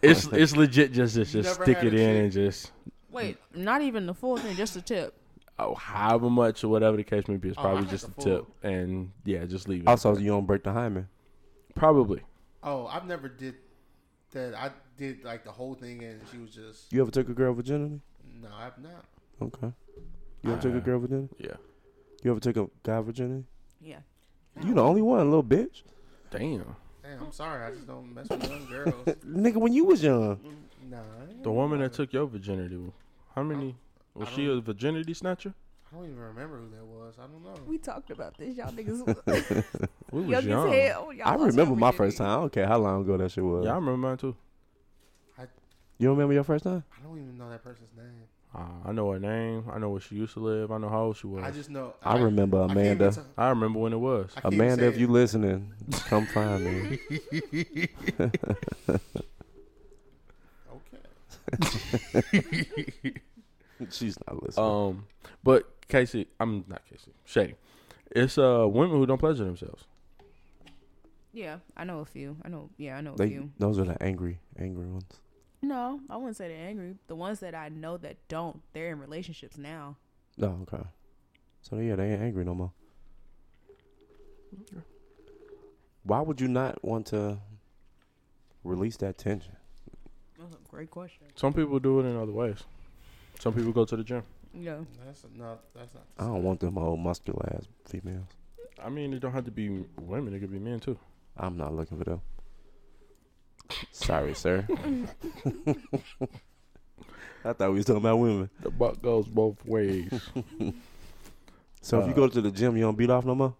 Speaker 2: it's it's legit, just this,
Speaker 4: You
Speaker 2: just
Speaker 4: never
Speaker 2: stick
Speaker 4: had
Speaker 2: it
Speaker 4: a
Speaker 2: in
Speaker 4: chick-
Speaker 2: and just
Speaker 3: Wait, not even the full thing, just the tip.
Speaker 2: oh, however much or whatever the case may be, it's
Speaker 4: Oh,
Speaker 2: probably
Speaker 4: I
Speaker 2: just a
Speaker 4: like the
Speaker 2: tip, and yeah, just leave it.
Speaker 5: Also, you don't break the hymen.
Speaker 2: probably.
Speaker 4: oh, I've never did that. I did like the whole thing, and she was just
Speaker 5: You ever took a girl virginity?
Speaker 4: no. I've not.
Speaker 5: Okay. You ever took a
Speaker 2: Uh,
Speaker 5: girl virginity?
Speaker 2: Yeah.
Speaker 5: You ever took a guy virginity?
Speaker 3: Yeah.
Speaker 5: You the only one, little bitch.
Speaker 2: Damn.
Speaker 4: Damn, I'm sorry. I just don't mess with young girls.
Speaker 5: Nigga, when you was young,
Speaker 4: Nah. I ain't
Speaker 2: The woman that took your virginity, how many? Was
Speaker 4: I
Speaker 2: she a virginity snatcher?
Speaker 4: I don't even remember who that was. I don't know.
Speaker 3: We talked about this, y'all niggas.
Speaker 2: We
Speaker 3: young
Speaker 2: was
Speaker 3: as
Speaker 2: young. Yeah,
Speaker 3: hell. Y'all
Speaker 5: I
Speaker 3: lost
Speaker 5: remember
Speaker 3: y'all
Speaker 5: my first
Speaker 3: virginity.
Speaker 5: time. I don't care how long ago that shit was.
Speaker 2: I remember mine too.
Speaker 5: You remember your first time?
Speaker 4: I don't even know that person's name.
Speaker 2: Uh, I know her name. I know where she used to live. I know how old she was.
Speaker 4: I
Speaker 2: I,
Speaker 4: just know.
Speaker 5: I remember
Speaker 4: can't even
Speaker 5: Amanda.
Speaker 4: tell-
Speaker 2: remember when it was.
Speaker 4: I can't even
Speaker 5: Amanda,
Speaker 4: say
Speaker 5: if
Speaker 4: it.
Speaker 5: you listening, come find me.
Speaker 4: okay.
Speaker 5: She's not listening.
Speaker 2: Um, but Casey, I'm not Casey. Shady. It's uh women who don't pleasure themselves.
Speaker 3: Yeah, I know a few. I know. Yeah, I know a
Speaker 5: they,
Speaker 3: few.
Speaker 5: those are the angry, angry ones.
Speaker 3: No, I wouldn't say they're angry. The ones that I know that don't, they're in relationships now.
Speaker 5: No, okay. So yeah, they ain't angry no more. Why would you not want to release that tension?
Speaker 3: That's a great question.
Speaker 2: Some people do it in other ways. Some people go to the gym.
Speaker 3: Yeah.
Speaker 4: That's no. That's not.
Speaker 5: I don't want them old muscular ass females.
Speaker 2: I mean, it don't have to be women. It could be men too.
Speaker 5: I'm not looking for them. Sorry, sir. I thought we was talking about women.
Speaker 2: The buck goes both ways.
Speaker 5: So if you
Speaker 2: Uh,
Speaker 5: go to the gym, you don't beat off no more.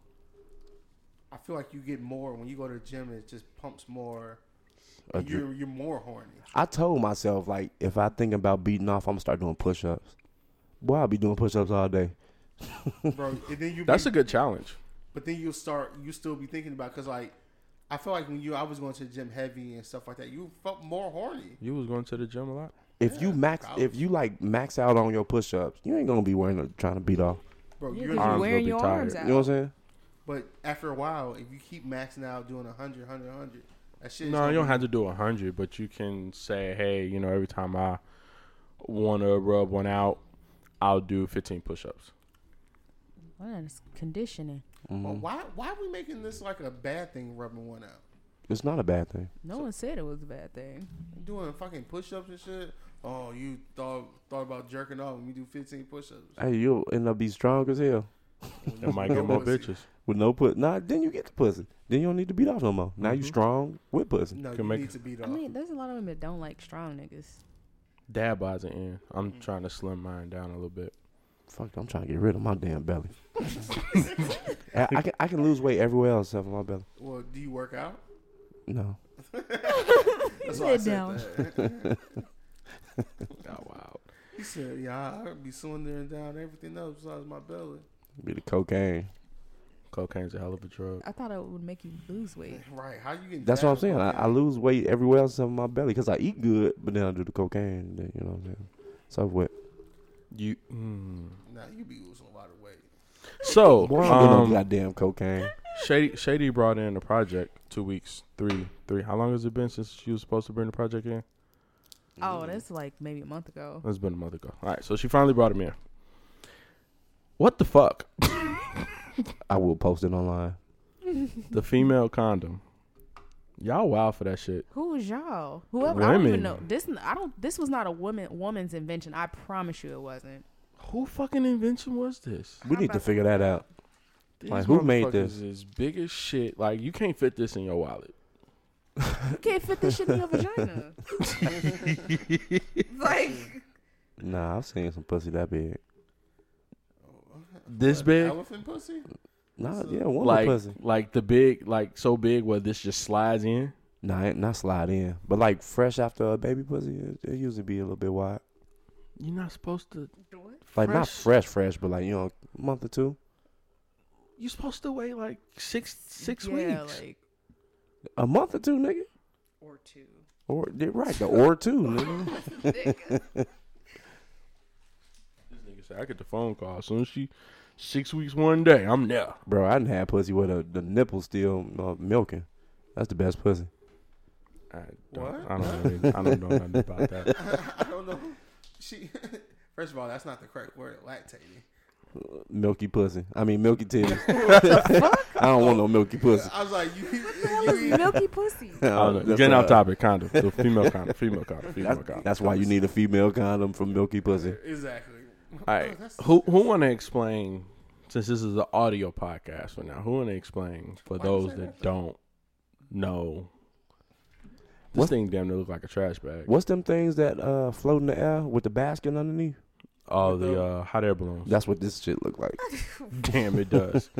Speaker 4: I feel like you get more when you go to the gym. It just pumps more.
Speaker 5: A
Speaker 4: and
Speaker 5: dr-
Speaker 4: You're you're more horny.
Speaker 5: I told myself like if I think about beating off, I'm gonna start doing push-ups. Boy, I'll be doing push-ups all day.
Speaker 4: bro. And then you
Speaker 2: That's
Speaker 4: be,
Speaker 2: a good challenge.
Speaker 4: but then you'll start. You still be thinking about because like I feel like when you I was going to the gym heavy and stuff like that. You felt more horny.
Speaker 2: You was going to the gym a lot.
Speaker 5: If you max,
Speaker 4: probably.
Speaker 5: if you like max out on your push-ups, you ain't gonna be wearing a, trying to beat off.
Speaker 4: Bro,
Speaker 3: Yeah,
Speaker 4: you're
Speaker 3: 'cause you're
Speaker 2: arms will
Speaker 5: Um,
Speaker 3: wearing
Speaker 2: be
Speaker 3: your
Speaker 2: tired.
Speaker 3: arms
Speaker 5: You
Speaker 3: out.
Speaker 5: know what I'm saying?
Speaker 4: but after a while, if you keep maxing out doing 100, 100, 100, that shit. is
Speaker 2: No,
Speaker 4: gonna
Speaker 2: you don't
Speaker 4: be-
Speaker 2: have to do a hundred, but you can say, hey, you know, every time I want to rub one out, I'll do 15 push-ups.
Speaker 3: Well, it's conditioning.
Speaker 5: Mm-hmm.
Speaker 4: Well, why why are we making this like a bad thing? Rubbing one out,
Speaker 5: It's not a bad thing.
Speaker 3: No one said it was a bad thing.
Speaker 4: doing fucking push-ups and shit. Oh, you thought thought about jerking off when you do 15 push-ups.
Speaker 5: Hey, you'll end up be strong as hell
Speaker 2: That might get more bitches.
Speaker 5: with no put. Nah, then you get the pussy. Then you don't need to beat off no more. Now you
Speaker 2: Mhm.
Speaker 5: strong with pussy.
Speaker 4: No,
Speaker 2: Can
Speaker 4: you
Speaker 2: make-
Speaker 4: need to beat
Speaker 3: I
Speaker 4: off.
Speaker 3: mean, there's a lot of women that don't like strong niggas.
Speaker 2: Dad buys an in. I'm trying to slim mine down a little bit.
Speaker 5: Fuck, I'm trying to get rid of my damn belly. I, I can I can lose weight everywhere else except for my belly.
Speaker 4: well, do you work out?
Speaker 5: No,
Speaker 4: That's why I
Speaker 3: Sit
Speaker 4: said
Speaker 3: down.
Speaker 4: that.
Speaker 2: Oh, wow.
Speaker 4: He said, "Yeah, I'll be sundering down everything else besides my belly."
Speaker 5: be the cocaine.
Speaker 2: Cocaine's a hell of a drug.
Speaker 3: I thought it would make you lose weight.
Speaker 4: Right? How you get?
Speaker 5: That's what I'm
Speaker 4: down
Speaker 5: saying.
Speaker 4: with
Speaker 5: I, I
Speaker 4: cocaine?
Speaker 5: lose weight everywhere else except for my belly because I eat good, but then I do the cocaine. Then, you know what I'm saying? So what?
Speaker 2: You mm.
Speaker 4: Nah, you be losing a lot of weight.
Speaker 2: so
Speaker 5: Boy, I don't do no
Speaker 2: um,
Speaker 5: goddamn cocaine.
Speaker 2: Shady Shady brought in the project two weeks, three, three. How long has it been since she was supposed to bring the project in?
Speaker 3: Oh, that's like maybe a month ago.
Speaker 2: It's been a month ago. All right, so she finally brought him in. What the fuck?
Speaker 5: I will post it online.
Speaker 2: the female condom. Y'all wild for that shit.
Speaker 3: Who was y'all? Whoever I don't
Speaker 2: Women.
Speaker 3: even know. This I don't. This was not a woman woman's invention. I promise you, it wasn't.
Speaker 2: Who fucking invention was this?
Speaker 5: We need to figure that out.
Speaker 2: These
Speaker 5: Like, who made this?
Speaker 2: motherfuckers Is big as shit. Like you can't fit this in your wallet.
Speaker 3: You can't fit this shit in your vagina. like,
Speaker 5: Nah, I've seen some pussy that big.
Speaker 2: This
Speaker 4: An
Speaker 2: big.
Speaker 4: Oh, elephant pussy.
Speaker 5: Nah,
Speaker 4: So,
Speaker 5: yeah, woman
Speaker 2: like
Speaker 5: pussy.
Speaker 2: like the big like so big where this just slides in.
Speaker 5: Nah, ain't not slide in, but like fresh after a baby pussy, it, it usually be a little bit wide.
Speaker 2: You're not supposed to.
Speaker 3: what?
Speaker 5: Like not
Speaker 2: Fresh.
Speaker 5: fresh, fresh, but like you know, a month or two.
Speaker 2: You're supposed to wait like six six
Speaker 3: yeah,
Speaker 2: weeks.
Speaker 3: like
Speaker 5: A month or two, nigga.
Speaker 3: or two.
Speaker 5: Or yeah, right, the or two, nigga.
Speaker 2: This nigga said I get the phone call as soon as she six weeks one day. I'm there.
Speaker 5: Bro, I done had pussy with a, the nipple still uh, milking. That's the best pussy.
Speaker 2: I
Speaker 4: What?
Speaker 2: don't, I don't, know, I don't know nothing about that.
Speaker 4: I don't know. She. First of all, that's not the correct word. Lactating.
Speaker 5: Milky pussy. I mean, milky titties. I don't want no milky pussy.
Speaker 4: I was like, you.
Speaker 3: Hell
Speaker 4: you
Speaker 3: is milky pussy.
Speaker 2: I don't know.
Speaker 5: Uh, That's
Speaker 2: Getting
Speaker 5: all
Speaker 2: off topic, Oh condom. The female condom. Female condom. Female
Speaker 5: That's,
Speaker 2: condom.
Speaker 5: that's why you need a female condom from milky pussy.
Speaker 4: exactly.
Speaker 2: All
Speaker 4: Oh,
Speaker 2: right.
Speaker 4: that's-
Speaker 2: Who who want to explain? Since this is an audio podcast for now, who want to explain for
Speaker 4: Why'd you
Speaker 2: those
Speaker 4: say
Speaker 2: that
Speaker 4: that?
Speaker 2: don't know? This
Speaker 5: What?
Speaker 2: thing damn near look like a trash bag.
Speaker 5: What's them things that uh, float in the air with the basket underneath?
Speaker 2: Oh, the uh, hot air balloons.
Speaker 5: That's what this shit look like.
Speaker 2: Damn, it does.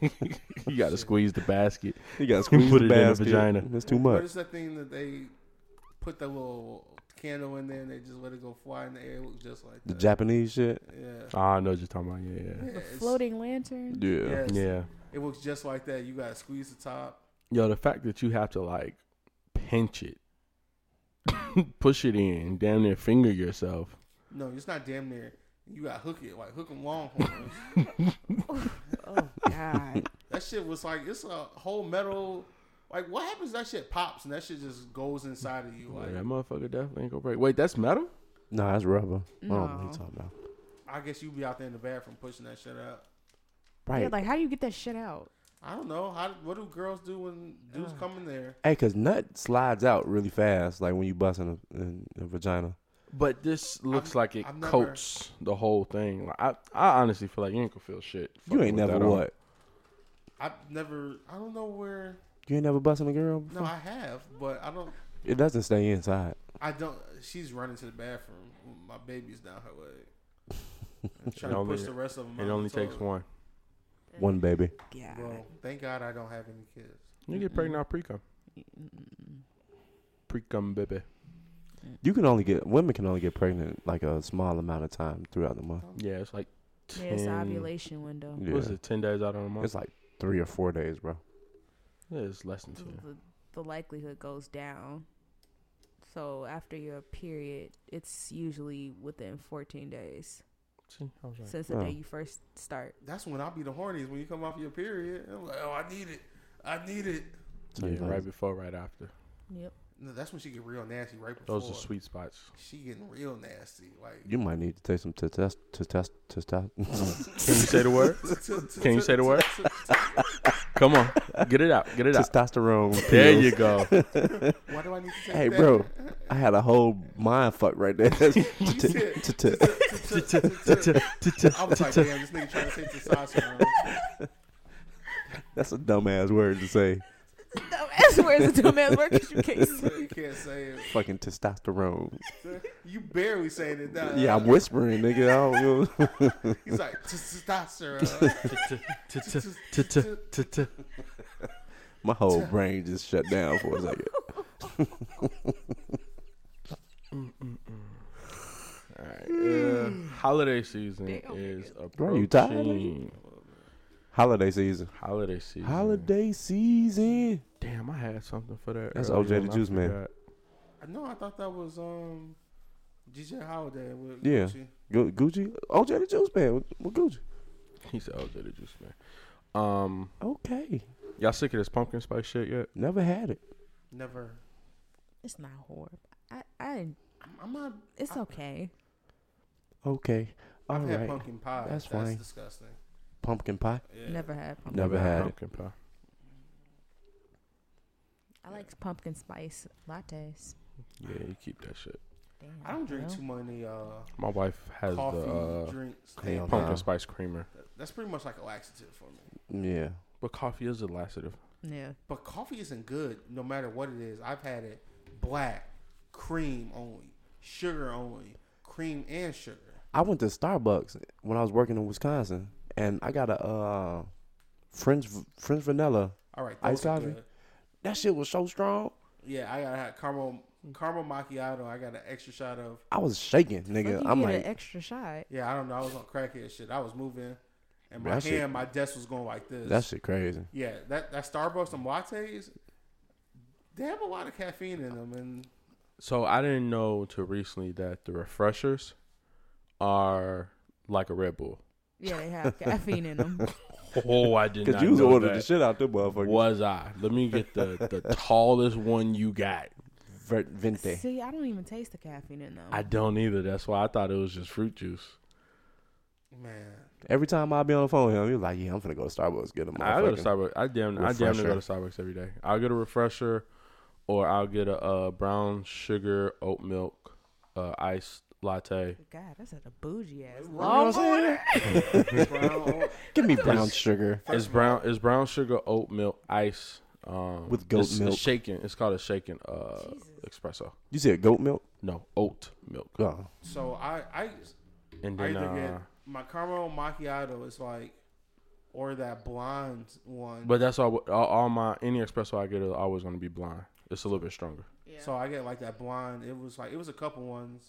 Speaker 2: you got to squeeze the basket.
Speaker 5: You gotta squeeze
Speaker 2: Put
Speaker 5: the
Speaker 2: it in the
Speaker 5: basket.
Speaker 2: vagina.
Speaker 5: That's too
Speaker 4: What
Speaker 5: much.
Speaker 4: is that thing that they put the little candle in there and they just let it go fly in the air? It looks just like
Speaker 5: The
Speaker 4: that.
Speaker 5: Japanese shit.
Speaker 4: yeah.
Speaker 2: Ah, I know what you're talking about. Yeah,
Speaker 4: Yeah,
Speaker 2: yeah.
Speaker 4: it's-
Speaker 3: Floating lantern.
Speaker 5: Yeah.
Speaker 4: yes.
Speaker 2: yeah.
Speaker 4: It looks just like that. You gotta squeeze the top.
Speaker 2: Yo, the fact that you have to like pinch it, push it in, damn near finger yourself.
Speaker 4: No, it's not damn near. You gotta hook it like hook 'em longhorns.
Speaker 3: Oh God.
Speaker 4: that shit was like it's a whole metal. Like what happens? if That shit pops and that shit just goes inside of you.
Speaker 2: Boy,
Speaker 4: Like
Speaker 2: that motherfucker definitely ain't gonna break. Wait, that's metal?
Speaker 5: Nah, that's rubber. I don't know what
Speaker 3: No.
Speaker 5: you talking about.
Speaker 4: I guess you be out there in the bathroom pushing that shit out.
Speaker 5: Right.
Speaker 3: Yeah, like how do you get that shit out?
Speaker 4: I don't know. How what do girls do when dudes come in there?
Speaker 5: Hey, cause nut slides out really fast, like when you bust in a, in a vagina.
Speaker 2: But this looks like it
Speaker 4: I've never-
Speaker 2: coats the whole thing. Like, I, I honestly feel like you ain't gonna feel shit.
Speaker 5: You
Speaker 2: fucking
Speaker 5: ain't
Speaker 2: with
Speaker 5: never
Speaker 2: that on.
Speaker 5: what?
Speaker 4: I've never. I don't know where.
Speaker 5: You ain't never busting a girl.
Speaker 4: No, I have, but I don't.
Speaker 5: It doesn't stay inside.
Speaker 4: I don't. She's running to the bathroom. My baby's down her leg. I'm trying
Speaker 2: It
Speaker 4: to
Speaker 2: only-
Speaker 4: push the rest of them.
Speaker 2: It only takes one.
Speaker 5: One baby.
Speaker 3: Yeah.
Speaker 4: Well, thank God I don't have any kids.
Speaker 2: You get pregnant off pre cum. Pre cum, baby.
Speaker 5: You can only get women can only get pregnant like a small amount of time throughout the
Speaker 4: Uh-huh.
Speaker 5: month.
Speaker 2: Yeah, it's like
Speaker 3: Yeah,
Speaker 2: ten.
Speaker 3: it's the ovulation window.
Speaker 5: Yeah.
Speaker 2: What's it? Ten days out of the month.
Speaker 5: It's like three or four days, bro.
Speaker 2: yeah, it's less than
Speaker 3: The,
Speaker 2: ten.
Speaker 3: the, the likelihood goes down. So after your period, it's usually within 14 days
Speaker 2: See, I was right.
Speaker 3: since the
Speaker 5: Oh.
Speaker 3: day you first start.
Speaker 4: That's when I'll be the horniest when you come off your period. I'm like, oh, I need it. I need it.
Speaker 5: So
Speaker 2: yeah,
Speaker 5: you like-
Speaker 2: right before, right after.
Speaker 3: Yep.
Speaker 4: No, that's when she get real nasty right before.
Speaker 2: Those are sweet spots.
Speaker 4: She getting real nasty. Like
Speaker 5: You might need to take some test to test to test
Speaker 2: Can you say the word? Can you say the word? Come on, get it out, get it out.
Speaker 5: testosterone.
Speaker 2: There
Speaker 5: pills.
Speaker 2: you go.
Speaker 4: Why do I need to say
Speaker 5: Hey,
Speaker 4: that?
Speaker 5: bro, I had a whole mind fuck right there. T- t-
Speaker 4: said-
Speaker 5: t-
Speaker 4: I was like, damn, this nigga trying to take testosterone.
Speaker 5: That's a dumbass word to say.
Speaker 3: Dumbass word is a dumbass word 'cause you can't
Speaker 4: You
Speaker 3: see.
Speaker 4: can't say it.
Speaker 5: Fucking testosterone.
Speaker 4: You barely saying it now.
Speaker 5: Yeah, I'm whispering, nigga. I don't know.
Speaker 4: He's like testosterone.
Speaker 5: My whole brain just shut down for a second.
Speaker 2: All right. Uh, holiday season
Speaker 3: Damn,
Speaker 2: is approaching.
Speaker 5: Bro, you tired, Holiday season.
Speaker 2: Holiday season.
Speaker 5: Holiday season.
Speaker 2: Damn, I had something for that.
Speaker 5: That's
Speaker 2: earlier
Speaker 5: OJ the
Speaker 2: and I
Speaker 5: Juice Man.
Speaker 2: forgot.
Speaker 4: no, I thought that was um DJ Holiday with
Speaker 5: Yeah.
Speaker 4: Gucci.
Speaker 5: Gu- Gucci. OJ the Juice Man with, with Gucci.
Speaker 2: He said OJ the Juice Man. Um,
Speaker 5: Okay.
Speaker 2: y'all sick of this pumpkin spice shit yet?
Speaker 5: Never had it.
Speaker 4: Never.
Speaker 3: It's not horrible. I, I,
Speaker 4: I'm- I'm not.
Speaker 3: it's okay.
Speaker 5: Okay. All
Speaker 4: I've
Speaker 5: right.
Speaker 4: had pumpkin pie.
Speaker 5: That's
Speaker 4: That's,
Speaker 5: fine.
Speaker 4: disgusting.
Speaker 5: Pumpkin pie.
Speaker 4: Yeah.
Speaker 3: Never had pumpkin.
Speaker 5: Never had it.
Speaker 2: pumpkin pie.
Speaker 3: I like pumpkin spice lattes.
Speaker 2: Yeah, you keep that shit.
Speaker 3: Damn,
Speaker 4: I don't drink
Speaker 3: well,
Speaker 4: too many uh,
Speaker 2: My wife has
Speaker 4: coffee
Speaker 2: the uh,
Speaker 4: drinks.
Speaker 5: Hell
Speaker 4: Pump-
Speaker 5: Nah.
Speaker 2: pumpkin spice creamer,
Speaker 4: That's pretty much like a laxative for me.
Speaker 5: Yeah.
Speaker 2: but coffee is a laxative.
Speaker 3: Yeah,
Speaker 4: But coffee isn't good no matter what it is. I've had it black, cream only, sugar only, cream and sugar.
Speaker 5: I went to Starbucks when I was working in Wisconsin, and I got a uh, French French vanilla.
Speaker 4: All right,
Speaker 5: Iced
Speaker 4: those are
Speaker 5: coffee?
Speaker 4: good.
Speaker 5: That shit was so strong.
Speaker 4: Yeah, I got a caramel caramel macchiato. I got an extra shot of.
Speaker 5: I was shaking, nigga.
Speaker 3: Fuck, you
Speaker 5: I'm
Speaker 3: get
Speaker 5: like,
Speaker 3: an extra shot.
Speaker 4: Yeah, I don't know. I was on crackhead shit. I was moving, and my
Speaker 5: That shit-
Speaker 4: hand, my desk was going like this.
Speaker 5: that shit crazy.
Speaker 4: yeah, that that Starbucks and lattes. They have a lot of caffeine in them, and
Speaker 2: So I didn't know till recently that the refreshers are like a Red Bull.
Speaker 3: Yeah, they have caffeine in them.
Speaker 2: Oh, I did
Speaker 5: Cause
Speaker 2: not
Speaker 5: you was
Speaker 2: know
Speaker 5: ordering
Speaker 2: that.
Speaker 5: the shit out there, motherfucker.
Speaker 2: Was I? Let me get the the tallest one you got.
Speaker 5: Ver- Vente.
Speaker 3: See, I don't even taste the caffeine in them.
Speaker 2: I don't either. That's why I thought it was just fruit juice.
Speaker 4: man,
Speaker 5: Every time I be on the phone with him, he was like, "Yeah, I'm finna go to Starbucks get him."
Speaker 2: I go to Starbucks. I damn, I damn near go to
Speaker 5: refresher.
Speaker 2: Starbucks every day. I'll get a refresher, or I'll get a uh, brown sugar oat milk uh, iced latte.
Speaker 3: God, that's a bougie ass.
Speaker 5: You know what I'm saying?
Speaker 4: brown
Speaker 5: Give me brown sugar.
Speaker 2: It's brown. It's brown sugar oat milk ice um,
Speaker 5: With goat
Speaker 2: it's- it's
Speaker 5: milk.
Speaker 2: shaken. It's called a shaken uh,
Speaker 3: Jesus.
Speaker 2: espresso.
Speaker 5: You said goat milk?
Speaker 2: No, oat milk.
Speaker 5: Oh,
Speaker 4: so I I
Speaker 2: And
Speaker 4: I
Speaker 2: then
Speaker 4: either
Speaker 2: uh,
Speaker 4: get my caramel macchiato is like, or that blonde one.
Speaker 2: But that's all, all. All my any espresso I get is always going to be blind. It's a little bit stronger.
Speaker 3: Yeah.
Speaker 4: So I get like that blonde. It was like it was a couple ones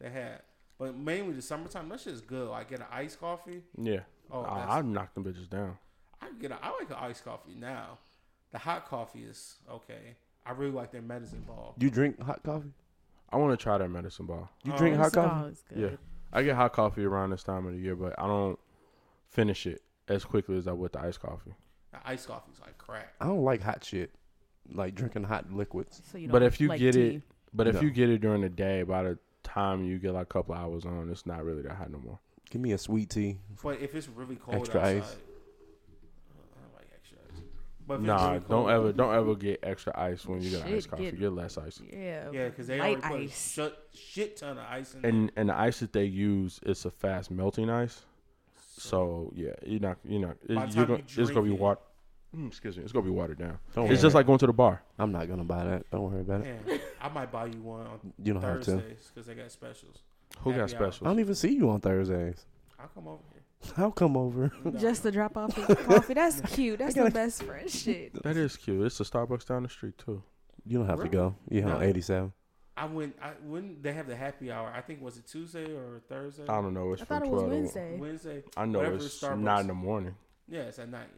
Speaker 4: they had, but mainly the summertime. That shit's good. Like get an iced coffee.
Speaker 2: Yeah.
Speaker 4: Oh, that's-
Speaker 2: I, I knock them bitches down.
Speaker 4: I can get. A, I like an iced coffee now. The hot coffee is okay. I really like their medicine ball.
Speaker 5: you drink hot coffee?
Speaker 2: I want to try that medicine ball.
Speaker 5: You
Speaker 4: Um,
Speaker 5: Oh, drink hot
Speaker 3: Oh, It's
Speaker 5: coffee?
Speaker 3: always good.
Speaker 2: Yeah. I get hot coffee around this time of the year, but I don't finish it as quickly as I would the iced coffee.
Speaker 4: The iced coffee's like crack.
Speaker 5: I don't like hot shit, like drinking hot liquids.
Speaker 3: So you
Speaker 2: But
Speaker 3: don't
Speaker 2: if you
Speaker 3: like
Speaker 2: get
Speaker 3: tea.
Speaker 2: it- But if
Speaker 5: No.
Speaker 2: you get it during the day, by the time you get like a couple hours on, it's not really that hot no more.
Speaker 5: Give me a sweet tea.
Speaker 4: But if it's really cold
Speaker 5: Extra
Speaker 4: outside,
Speaker 5: ice.
Speaker 4: I don't like extra ice. But if it's
Speaker 2: Nah,
Speaker 4: really
Speaker 2: don't
Speaker 4: cold-
Speaker 2: ever, don't ever get extra ice when you get
Speaker 3: Shit,
Speaker 2: iced coffee.
Speaker 3: get-
Speaker 2: Get, less ice.
Speaker 3: yeah,
Speaker 4: Yeah, because they
Speaker 3: light
Speaker 4: already put a
Speaker 3: ice.
Speaker 4: shit, shit ton of ice in.
Speaker 2: And and the ice that they use, it's a fast melting ice. So yeah, you're not, you're not. It,
Speaker 4: By the
Speaker 2: you're
Speaker 4: time
Speaker 2: gonna,
Speaker 4: you
Speaker 2: it's gonna be
Speaker 4: drink it-
Speaker 2: water. mm, Excuse me, it's gonna be watered down.
Speaker 5: Don't
Speaker 2: It's
Speaker 5: worry.
Speaker 2: just like going to the bar.
Speaker 5: I'm not gonna buy that. Don't worry
Speaker 2: uh,
Speaker 5: about it.
Speaker 4: Man, I might buy you one on
Speaker 5: You don't have to.
Speaker 4: Thursdays because they got specials.
Speaker 2: Who got
Speaker 4: Happy hour.
Speaker 5: I
Speaker 2: specials?
Speaker 5: don't even see you on Thursdays.
Speaker 4: I'll come over here.
Speaker 5: I'll come over.
Speaker 4: No.
Speaker 3: just to drop off his coffee. That's cute. That's the
Speaker 5: gotta-
Speaker 3: best friend shit.
Speaker 2: That is cute. It's a Starbucks down the street too.
Speaker 5: You don't have to go. You
Speaker 4: No.
Speaker 5: on 87.
Speaker 4: I went. I when they have the happy hour. I think was it Tuesday or Thursday?
Speaker 2: I don't know. It's
Speaker 3: I
Speaker 2: from
Speaker 3: thought it was
Speaker 2: twelve. to-
Speaker 3: Wednesday.
Speaker 4: Wednesday.
Speaker 2: I know
Speaker 4: Whatever
Speaker 2: it's
Speaker 4: Starbucks.
Speaker 2: not in the morning.
Speaker 4: Yeah, it's at night.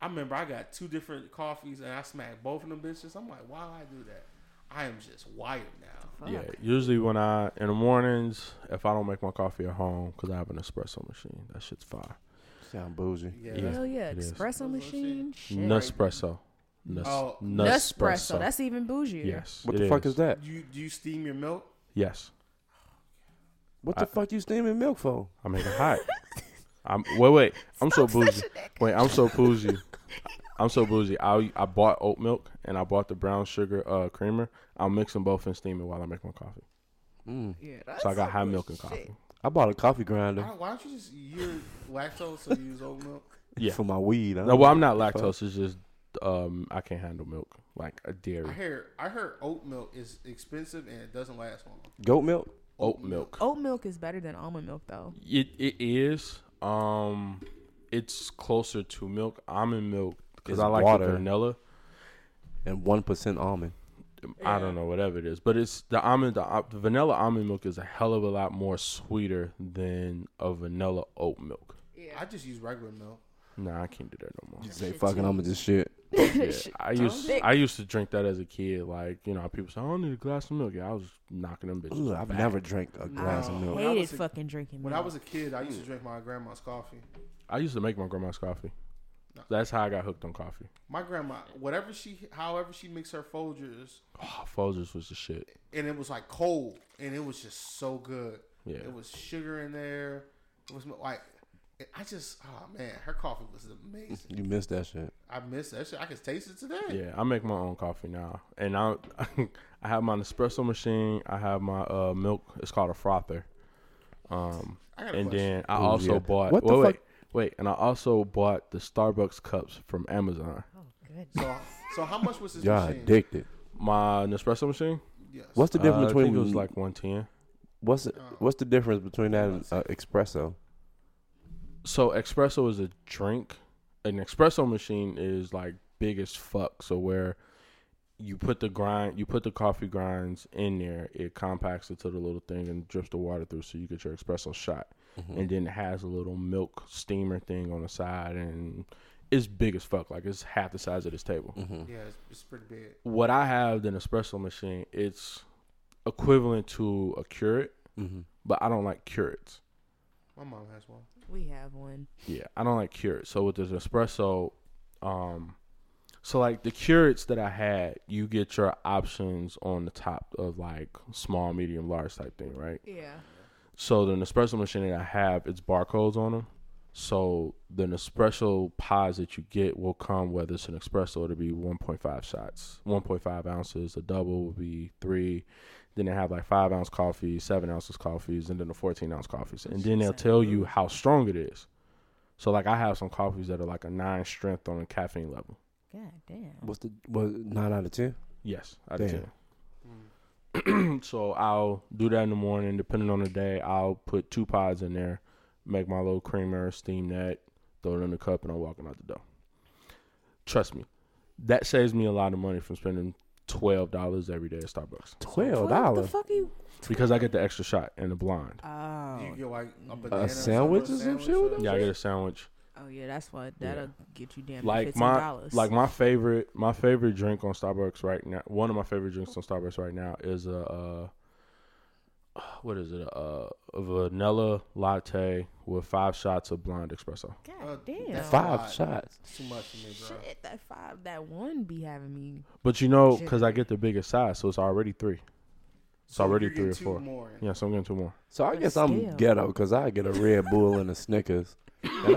Speaker 4: I remember I got two different coffees and I smacked both of them bitches. I'm like, why I do that? I am just wired now.
Speaker 2: Yeah, usually when I in the mornings, if I don't make my coffee at home because I have an espresso machine, that shit's fire.
Speaker 5: Sound bougie.
Speaker 4: Yeah.
Speaker 2: Yeah.
Speaker 3: Hell yeah,
Speaker 2: it is.
Speaker 3: espresso
Speaker 4: Those little
Speaker 3: machine. Shit.
Speaker 2: Nespresso. Nes-
Speaker 4: Oh.
Speaker 2: Nespresso.
Speaker 3: Nespresso. That's even bougier.
Speaker 2: yes.
Speaker 5: What
Speaker 2: it
Speaker 5: the fuck is that?
Speaker 4: You do you steam your milk?
Speaker 2: Yes,
Speaker 5: What the
Speaker 2: I-
Speaker 5: fuck you steaming milk for?
Speaker 2: I make it hot. I'm wait, wait. I'm so bougie. Wait, I'm so bougie. I'm so bougie. I I bought oat milk and I bought the brown sugar uh, creamer. I'll mix them both and steam it while I make my coffee.
Speaker 5: Mm.
Speaker 3: Yeah,
Speaker 2: So I
Speaker 3: that's
Speaker 2: got
Speaker 3: some
Speaker 2: high
Speaker 3: good
Speaker 2: milk and
Speaker 3: shit.
Speaker 2: coffee.
Speaker 5: I bought a coffee
Speaker 4: Why,
Speaker 5: grinder
Speaker 4: why don't you just you're lactose so you use oat milk?
Speaker 2: Yeah.
Speaker 5: for my weed. I
Speaker 2: No,
Speaker 5: don't-
Speaker 2: well, I'm not lactose. It's just um, I can't handle milk like a
Speaker 4: I
Speaker 2: dairy.
Speaker 4: heard I heard oat milk is expensive and it doesn't last long.
Speaker 5: Goat milk?
Speaker 2: Oat milk.
Speaker 3: Oat milk is better than almond milk though.
Speaker 2: It it is. Um, it's closer to milk. Almond milk because
Speaker 5: It's
Speaker 2: I like
Speaker 5: water.
Speaker 2: the vanilla.
Speaker 5: And 1% almond.
Speaker 2: I don't know whatever it is, but it's the almond. The, al- the vanilla almond milk is a hell of a lot more sweeter than a vanilla oat milk.
Speaker 4: I just use regular milk.
Speaker 2: Nah, I can't do that no more.
Speaker 5: You say fucking, I'm gonna just shit.
Speaker 2: Yeah, I used
Speaker 3: thick.
Speaker 2: I used to drink that as a kid. Like you know, people say, "I don't need a glass of milk." Yeah, I was knocking them bitches.
Speaker 5: Ugh, I've
Speaker 2: back.
Speaker 5: never drank a glass of
Speaker 4: No.
Speaker 5: milk.
Speaker 4: When I
Speaker 3: Hated
Speaker 4: was a-
Speaker 3: fucking drinking
Speaker 4: When
Speaker 3: milk.
Speaker 4: I was a kid, I used to drink my grandma's coffee.
Speaker 2: I used to make my grandma's coffee. That's how I got hooked on coffee.
Speaker 4: My grandma, whatever she, however she mixed her Folgers,
Speaker 2: Oh, Folgers was the shit.
Speaker 4: and it was like cold, and it was just so good.
Speaker 2: Yeah.
Speaker 4: It was sugar in there. It was like I just, oh man, her coffee was amazing.
Speaker 5: You missed that shit.
Speaker 4: I miss that shit. I can taste it today.
Speaker 2: Yeah, I make my own coffee now, and I I have my Nespresso machine. I have my uh, milk. It's called a frother. Um,
Speaker 4: I got a
Speaker 2: and
Speaker 4: question.
Speaker 2: then I
Speaker 5: Oh,
Speaker 2: also
Speaker 5: yeah.
Speaker 2: bought.
Speaker 5: What the
Speaker 2: wait,
Speaker 5: fuck?
Speaker 2: wait, wait, and I also bought the Starbucks cups from Amazon.
Speaker 3: Oh, good.
Speaker 4: So, so how much was this
Speaker 5: Y'all
Speaker 4: machine?
Speaker 5: addicted.
Speaker 2: My Nespresso machine.
Speaker 4: Yes. Um,
Speaker 5: What's the
Speaker 2: Uh,
Speaker 5: difference
Speaker 2: I think
Speaker 5: between
Speaker 2: it was like one ten.
Speaker 5: what's the, what's the difference between that and uh, espresso?
Speaker 2: So espresso is a drink. An espresso machine is like big as fuck. So where you put the grind, you put the coffee grinds in there, it compacts it to the little thing and drips the water through, so you get your espresso shot. And then it has a little milk steamer thing on the side, and it's big as fuck. Like it's half the size of this table.
Speaker 4: Yeah, it's, it's pretty big.
Speaker 2: What I have the espresso machine, it's equivalent to a curate, but I don't like curates.
Speaker 4: My mom has one.
Speaker 3: We have one.
Speaker 2: Yeah, I don't like curates. So with this espresso, um, so like the curates that I had, you get your options on the top of like small, medium, large type thing, right?
Speaker 3: Yeah.
Speaker 2: So the Nespresso machine that I have, it's barcodes on them. So the Nespresso pods that you get will come whether it's an espresso, it'll be 1.5 shots, 1.5 ounces. A double will be three. Then they have like five ounce coffees, seven ounces coffees, and then the 14 ounce coffees. And then they'll tell you how strong it is. So like I have some coffees that are like a nine strength on a caffeine level.
Speaker 3: God damn.
Speaker 5: What's the what nine out of ten?
Speaker 2: Yes, I do.
Speaker 5: Damn.
Speaker 4: Mm.
Speaker 2: so I'll do that in the morning. Depending on the day, I'll put two pods in there, make my little creamer, steam that, throw it in the cup, and I'm walking out the door. Trust me, that saves me a lot of money from spending twelve dollars every day at Starbucks
Speaker 5: Twelve
Speaker 3: What the
Speaker 5: dollars.
Speaker 3: fuck you?
Speaker 2: because I get the extra shot and the blind.
Speaker 4: Do
Speaker 1: Oh,
Speaker 4: you get like a banana, or something,
Speaker 5: sandwich or some
Speaker 4: sandwich
Speaker 5: shit with
Speaker 4: or-
Speaker 5: that?
Speaker 2: Yeah, I get a sandwich.
Speaker 3: Oh yeah, that's what that'll get you damn
Speaker 2: Like
Speaker 3: fifteen
Speaker 2: my
Speaker 3: dollars.
Speaker 2: like my favorite my favorite drink on Starbucks right now. One of my favorite drinks on Starbucks right now is a uh, what is it? Uh, a vanilla latte with five shots of blonde espresso.
Speaker 3: God
Speaker 4: Uh,
Speaker 3: damn.
Speaker 4: that's a
Speaker 5: Five
Speaker 4: lot.
Speaker 5: shots.
Speaker 4: It's too much for me, bro.
Speaker 3: Shit, that five, that one be having me.
Speaker 2: But you know, because I get the biggest size, so it's already three. It's
Speaker 4: So
Speaker 2: already
Speaker 4: you get
Speaker 2: three or
Speaker 4: two
Speaker 2: four.
Speaker 4: More in.
Speaker 2: Yeah, so I'm getting two more.
Speaker 5: So I
Speaker 3: But
Speaker 5: guess
Speaker 3: still.
Speaker 5: I'm ghetto because I get a Red Bull and a Snickers, and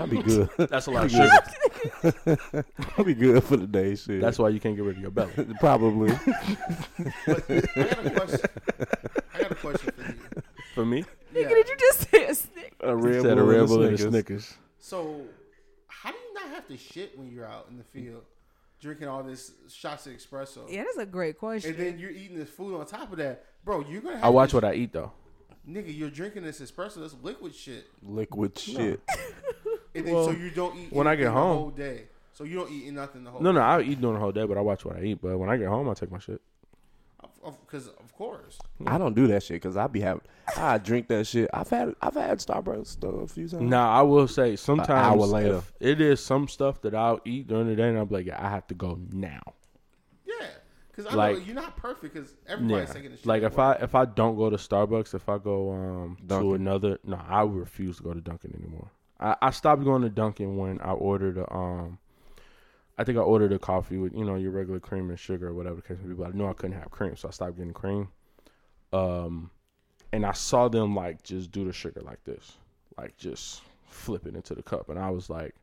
Speaker 5: I'll be good.
Speaker 2: That's a lot of sugar.
Speaker 5: I'll be good for the day. Shit.
Speaker 2: That's why you can't get rid of your belly.
Speaker 5: probably.
Speaker 4: But I got a question. I got a question for you.
Speaker 2: For me,
Speaker 4: Yeah.
Speaker 3: Nigga, did you just say a snick?
Speaker 5: a
Speaker 2: said a Red Bull and a Snickers.
Speaker 4: So, how do you not have to shit when you're out in the field drinking all this shots of espresso?
Speaker 3: Yeah, that's a great
Speaker 4: And
Speaker 3: question.
Speaker 4: then you're eating this food on top of that, bro. You're gonna. Have
Speaker 2: I watch
Speaker 4: this-
Speaker 2: what I eat though.
Speaker 4: Nigga, you're drinking this espresso. That's liquid shit.
Speaker 5: Liquid shit.
Speaker 4: And then, so
Speaker 2: Well,
Speaker 4: you don't eat
Speaker 2: when I get
Speaker 4: anything the
Speaker 2: home-
Speaker 4: whole day. So you don't eat nothing the whole.
Speaker 2: No, no, I'll eat during the whole day, but I watch what I eat. But when I get home, I take my shit.
Speaker 4: because of, course.
Speaker 5: I don't do that shit because I be having. I drink that shit. I've had I've had Starbucks stuff a few times.
Speaker 2: Nah, I will say sometimes
Speaker 5: hour later.
Speaker 2: if it is some stuff that I'll eat during the day, and I'm like, yeah, I have to go now.
Speaker 4: Yeah, because I know
Speaker 2: Like-
Speaker 4: you're not perfect. Because
Speaker 2: Yeah,
Speaker 4: everybody's taking the shit.
Speaker 2: like
Speaker 4: at
Speaker 2: if
Speaker 4: once.
Speaker 2: I if I don't go to Starbucks, if I go um to
Speaker 5: Dunkin'.
Speaker 2: another, no, I refuse to go to Dunkin' anymore. I, I stopped going to Dunkin' when I ordered a, um, I think I ordered a coffee with you know your regular cream and sugar or whatever the case may be. But I knew I couldn't have cream, so I stopped getting cream. Um, and I saw them like just do the sugar like this, like just flip it into the cup, and I was like,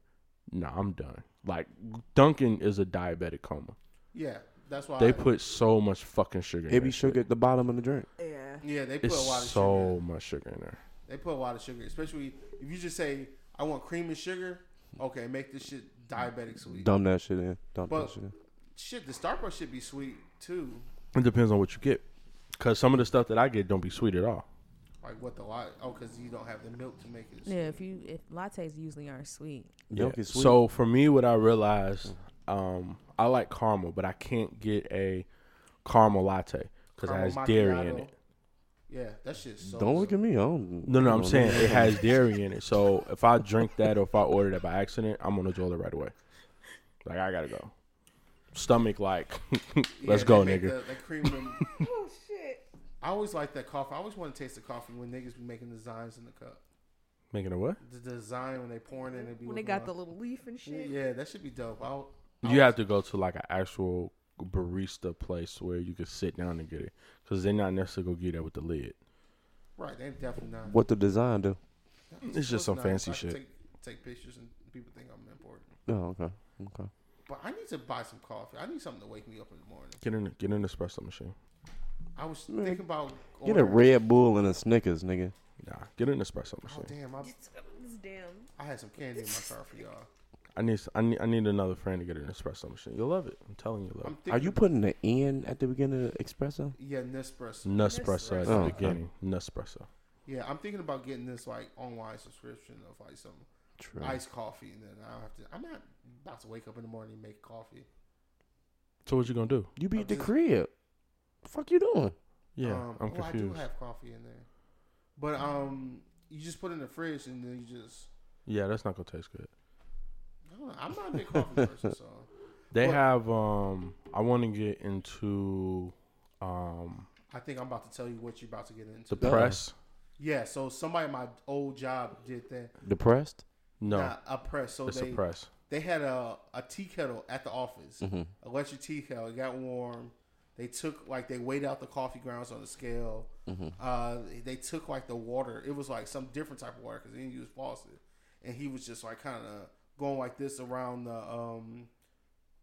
Speaker 2: nah, I'm done. Like Dunkin' is a diabetic coma.
Speaker 4: yeah, that's why
Speaker 2: They
Speaker 4: I-
Speaker 2: put so much fucking sugar. in
Speaker 5: It be
Speaker 2: that shit.
Speaker 5: sugar at the bottom of the drink.
Speaker 3: yeah.
Speaker 4: Yeah, they put
Speaker 2: It's
Speaker 4: a lot of
Speaker 2: so much sugar in there.
Speaker 4: sugar. They put a lot of sugar, especially if you just say, "I want cream and sugar." Okay, make this shit diabetic sweet.
Speaker 5: Dump that shit in. Dump
Speaker 4: But-
Speaker 5: that shit in.
Speaker 4: Shit, the Starbucks should be sweet too.
Speaker 2: It depends on what you get, because some of the stuff that I get don't be sweet at all.
Speaker 4: Like what the lot? Oh, because you don't have the milk to make it.
Speaker 3: Yeah,
Speaker 4: Sweet.
Speaker 3: if you if lattes usually aren't sweet.
Speaker 5: Milk is sweet.
Speaker 2: So for me, what I realized, um, I like caramel, but I can't get a caramel latte because it
Speaker 4: Caramel
Speaker 2: has dairy in
Speaker 4: macchiato.
Speaker 2: it.
Speaker 4: Yeah, that shit's so.
Speaker 5: don't look at me. I don't,
Speaker 2: No, no,
Speaker 5: I
Speaker 2: I'm
Speaker 5: don't
Speaker 2: saying
Speaker 5: know.
Speaker 2: it has dairy in it. So if I drink that or if I order that by accident, I'm gonna jolt it right away. Like I gotta go. Stomach like, let's go, nigga.
Speaker 4: The, the cream and-
Speaker 3: oh shit.
Speaker 4: I always like that coffee. I always want to taste the coffee when niggas be making designs in the cup.
Speaker 2: Making a what?
Speaker 4: The design when they pouring in it be
Speaker 3: When they
Speaker 4: looking
Speaker 3: got the
Speaker 4: like-
Speaker 3: little leaf and shit.
Speaker 4: Yeah, that should be dope. I'll,
Speaker 2: You have to go to like an actual barista place where you can sit down and get it, because they're not necessarily gonna get that with the lid.
Speaker 4: right. They definitely not.
Speaker 5: What the design do?
Speaker 2: It's just some
Speaker 4: Nah,
Speaker 2: fancy
Speaker 4: I could
Speaker 2: shit.
Speaker 4: take- take pictures and people think I'm important.
Speaker 5: Oh, okay. Okay.
Speaker 4: But I need to buy some coffee. I need something to wake me up in the morning.
Speaker 2: Get in, get an espresso machine.
Speaker 4: I was
Speaker 5: Man,
Speaker 4: thinking about
Speaker 5: Get a
Speaker 4: ordering-
Speaker 5: Red Bull and a Snickers, nigga.
Speaker 2: Nah, get an espresso
Speaker 4: Oh
Speaker 2: machine.
Speaker 4: damn! I,
Speaker 3: This damn.
Speaker 4: I had some candy in my car for y'all.
Speaker 2: I need, I need, I need another friend to get an espresso machine. You'll love it. I'm telling you, you'll love
Speaker 4: I'm
Speaker 2: it.
Speaker 4: thinking,
Speaker 5: Are you putting the N at the beginning of the espresso?
Speaker 4: Yeah, Nespresso.
Speaker 2: Nespresso at the
Speaker 5: Oh, okay.
Speaker 2: beginning. Nespresso.
Speaker 4: Yeah, I'm thinking about getting this like online subscription of like some
Speaker 5: True.
Speaker 4: iced coffee, and then I don't have to. I'm not about to wake up in the morning and make coffee.
Speaker 2: So what you gonna do?
Speaker 5: You be
Speaker 4: I'm
Speaker 5: at the
Speaker 4: just-
Speaker 5: crib. fuck you doing?
Speaker 2: Yeah,
Speaker 4: um,
Speaker 2: I'm
Speaker 4: well,
Speaker 2: confused.
Speaker 4: I do have coffee in there, but um, you just put it in the fridge and then you just.
Speaker 2: yeah, that's not gonna taste good.
Speaker 4: I don't know, I'm not a big coffee person, so
Speaker 2: They
Speaker 4: What-
Speaker 2: have. Um, I want to get into um
Speaker 4: I think I'm about to tell you what you're about to get into.
Speaker 2: the press.
Speaker 4: yeah, so somebody at my old job did that.
Speaker 5: Depressed?
Speaker 2: No,
Speaker 4: Not a press. So
Speaker 2: it's
Speaker 4: they
Speaker 2: a press. Mm-hmm.
Speaker 4: they had a, a tea kettle at the office,
Speaker 5: Mhm.
Speaker 4: electric tea kettle. It got warm. They took like they weighed out the coffee grounds on the scale.
Speaker 2: Mm-hmm.
Speaker 4: Uh, they took like the water. It was like some different type of water because they didn't use faucet. And he was just like kind of going like this around the um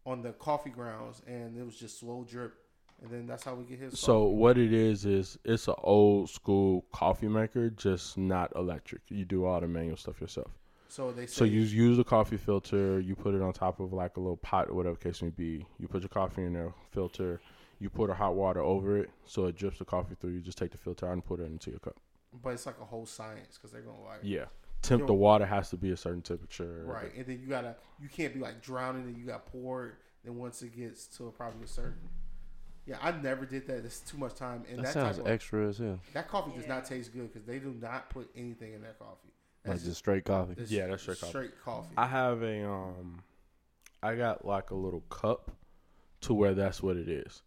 Speaker 4: on the coffee grounds, and it was just slow drip. And then that's how we get his.
Speaker 2: So what it is is it's an old school coffee maker, just not electric. You do all the manual stuff yourself.
Speaker 4: coffee. so they
Speaker 2: So
Speaker 4: say-
Speaker 2: you use the coffee filter, you put it on top of like a little pot or whatever case may be. You put your coffee in there, filter. You pour the hot water over it, so it drips the coffee through. You just take the filter out and put it into your cup.
Speaker 4: but it's like a whole science because they're gonna like
Speaker 2: Yeah, temp. The water has to be a certain temperature.
Speaker 4: right, and then you gotta you can't be like drowning and you got poured. Then once it gets to a probably a certain, yeah, I never did that. It's too much time, and
Speaker 5: That,
Speaker 4: that,
Speaker 5: sounds
Speaker 4: type of,
Speaker 5: extra as hell.
Speaker 4: that coffee does not taste good because they do not put anything in that coffee.
Speaker 5: Like
Speaker 4: That's
Speaker 5: just straight coffee.
Speaker 4: that's
Speaker 2: Yeah, that's straight coffee.
Speaker 4: straight coffee.
Speaker 2: I have a um, I got like a little cup, to where that's what it is.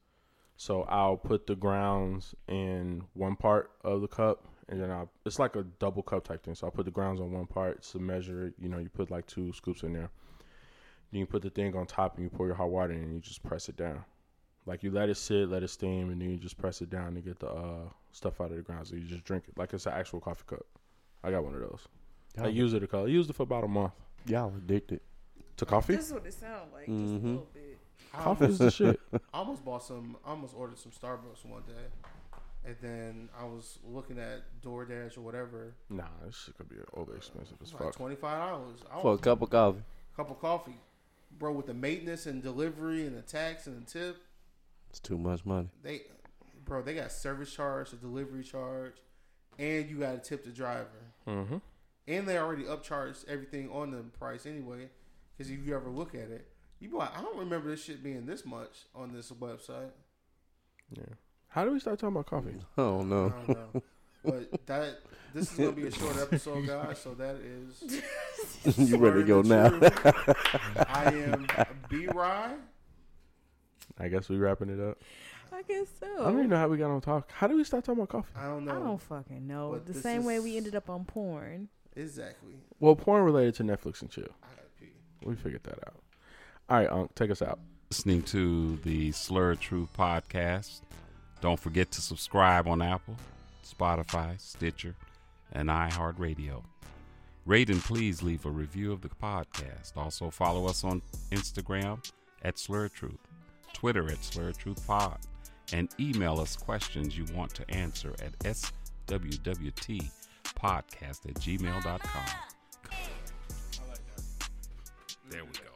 Speaker 2: So I'll put the grounds in one part of the cup, and then I'll it's like a double cup type thing. So I put the grounds on one part to measure it. You know, you put like two scoops in there. Then you put the thing on top, and you pour your hot water in, and you just press it down. Like you let it sit, let it steam, and then you just press it down to get the uh, stuff out of the grounds. So you just drink it like it's an actual coffee cup. I got one of those. I
Speaker 5: Y'all-
Speaker 2: used it a couple. I used it for about a month.
Speaker 5: Y'all addicted.
Speaker 2: To coffee?
Speaker 3: This is what it sounds like. Just
Speaker 2: Mm-hmm.
Speaker 5: Mhm.
Speaker 3: a little bit.
Speaker 4: I
Speaker 2: Coffee
Speaker 4: almost,
Speaker 2: is the shit.
Speaker 4: I almost bought some. I almost ordered some Starbucks one day, and then I was looking at DoorDash or whatever.
Speaker 2: Nah, this shit could be over expensive as
Speaker 4: It's like
Speaker 2: fuck.
Speaker 4: twenty five dollars. I
Speaker 5: For a
Speaker 4: was
Speaker 5: cup of coffee.
Speaker 4: cup of coffee, bro. With the maintenance and delivery and the tax and the tip,
Speaker 5: It's too much money.
Speaker 4: they, bro, they got service charge, a delivery charge, and you got to tip the driver,
Speaker 2: Mm-hmm.
Speaker 4: and they already upcharged everything on the price anyway. Because if you ever look at it, you be like, I don't remember this shit being this much on this website.
Speaker 2: Yeah. How do we start talking about coffee?
Speaker 5: Oh
Speaker 4: I
Speaker 5: no.
Speaker 4: don't know. But that this is gonna be a short episode, guys. So that is
Speaker 5: you ready to
Speaker 4: Learn
Speaker 5: go
Speaker 4: the
Speaker 5: now.
Speaker 4: Truth. I am B Rye.
Speaker 2: I guess we wrapping it up.
Speaker 3: I guess so.
Speaker 2: I don't even know how we got on talk. How do we start talking about coffee?
Speaker 4: I don't know
Speaker 3: I don't fucking know.
Speaker 4: But
Speaker 3: The
Speaker 4: this
Speaker 3: same way
Speaker 4: is-
Speaker 3: we ended up on porn.
Speaker 4: exactly.
Speaker 2: Well, porn related to Netflix and chill.
Speaker 4: I gotta pee.
Speaker 2: We figured that out. All right, Unc, take us out.
Speaker 6: listening to the Slur of Truth podcast. Don't forget to subscribe on Apple, Spotify, Stitcher, and iHeartRadio. Rate and please leave a review of the podcast. Also follow us on Instagram at Slur of Truth, Twitter at Slur of Truth Pod, and email us questions you want to answer at swwtpodcast at gmail.com. There we go.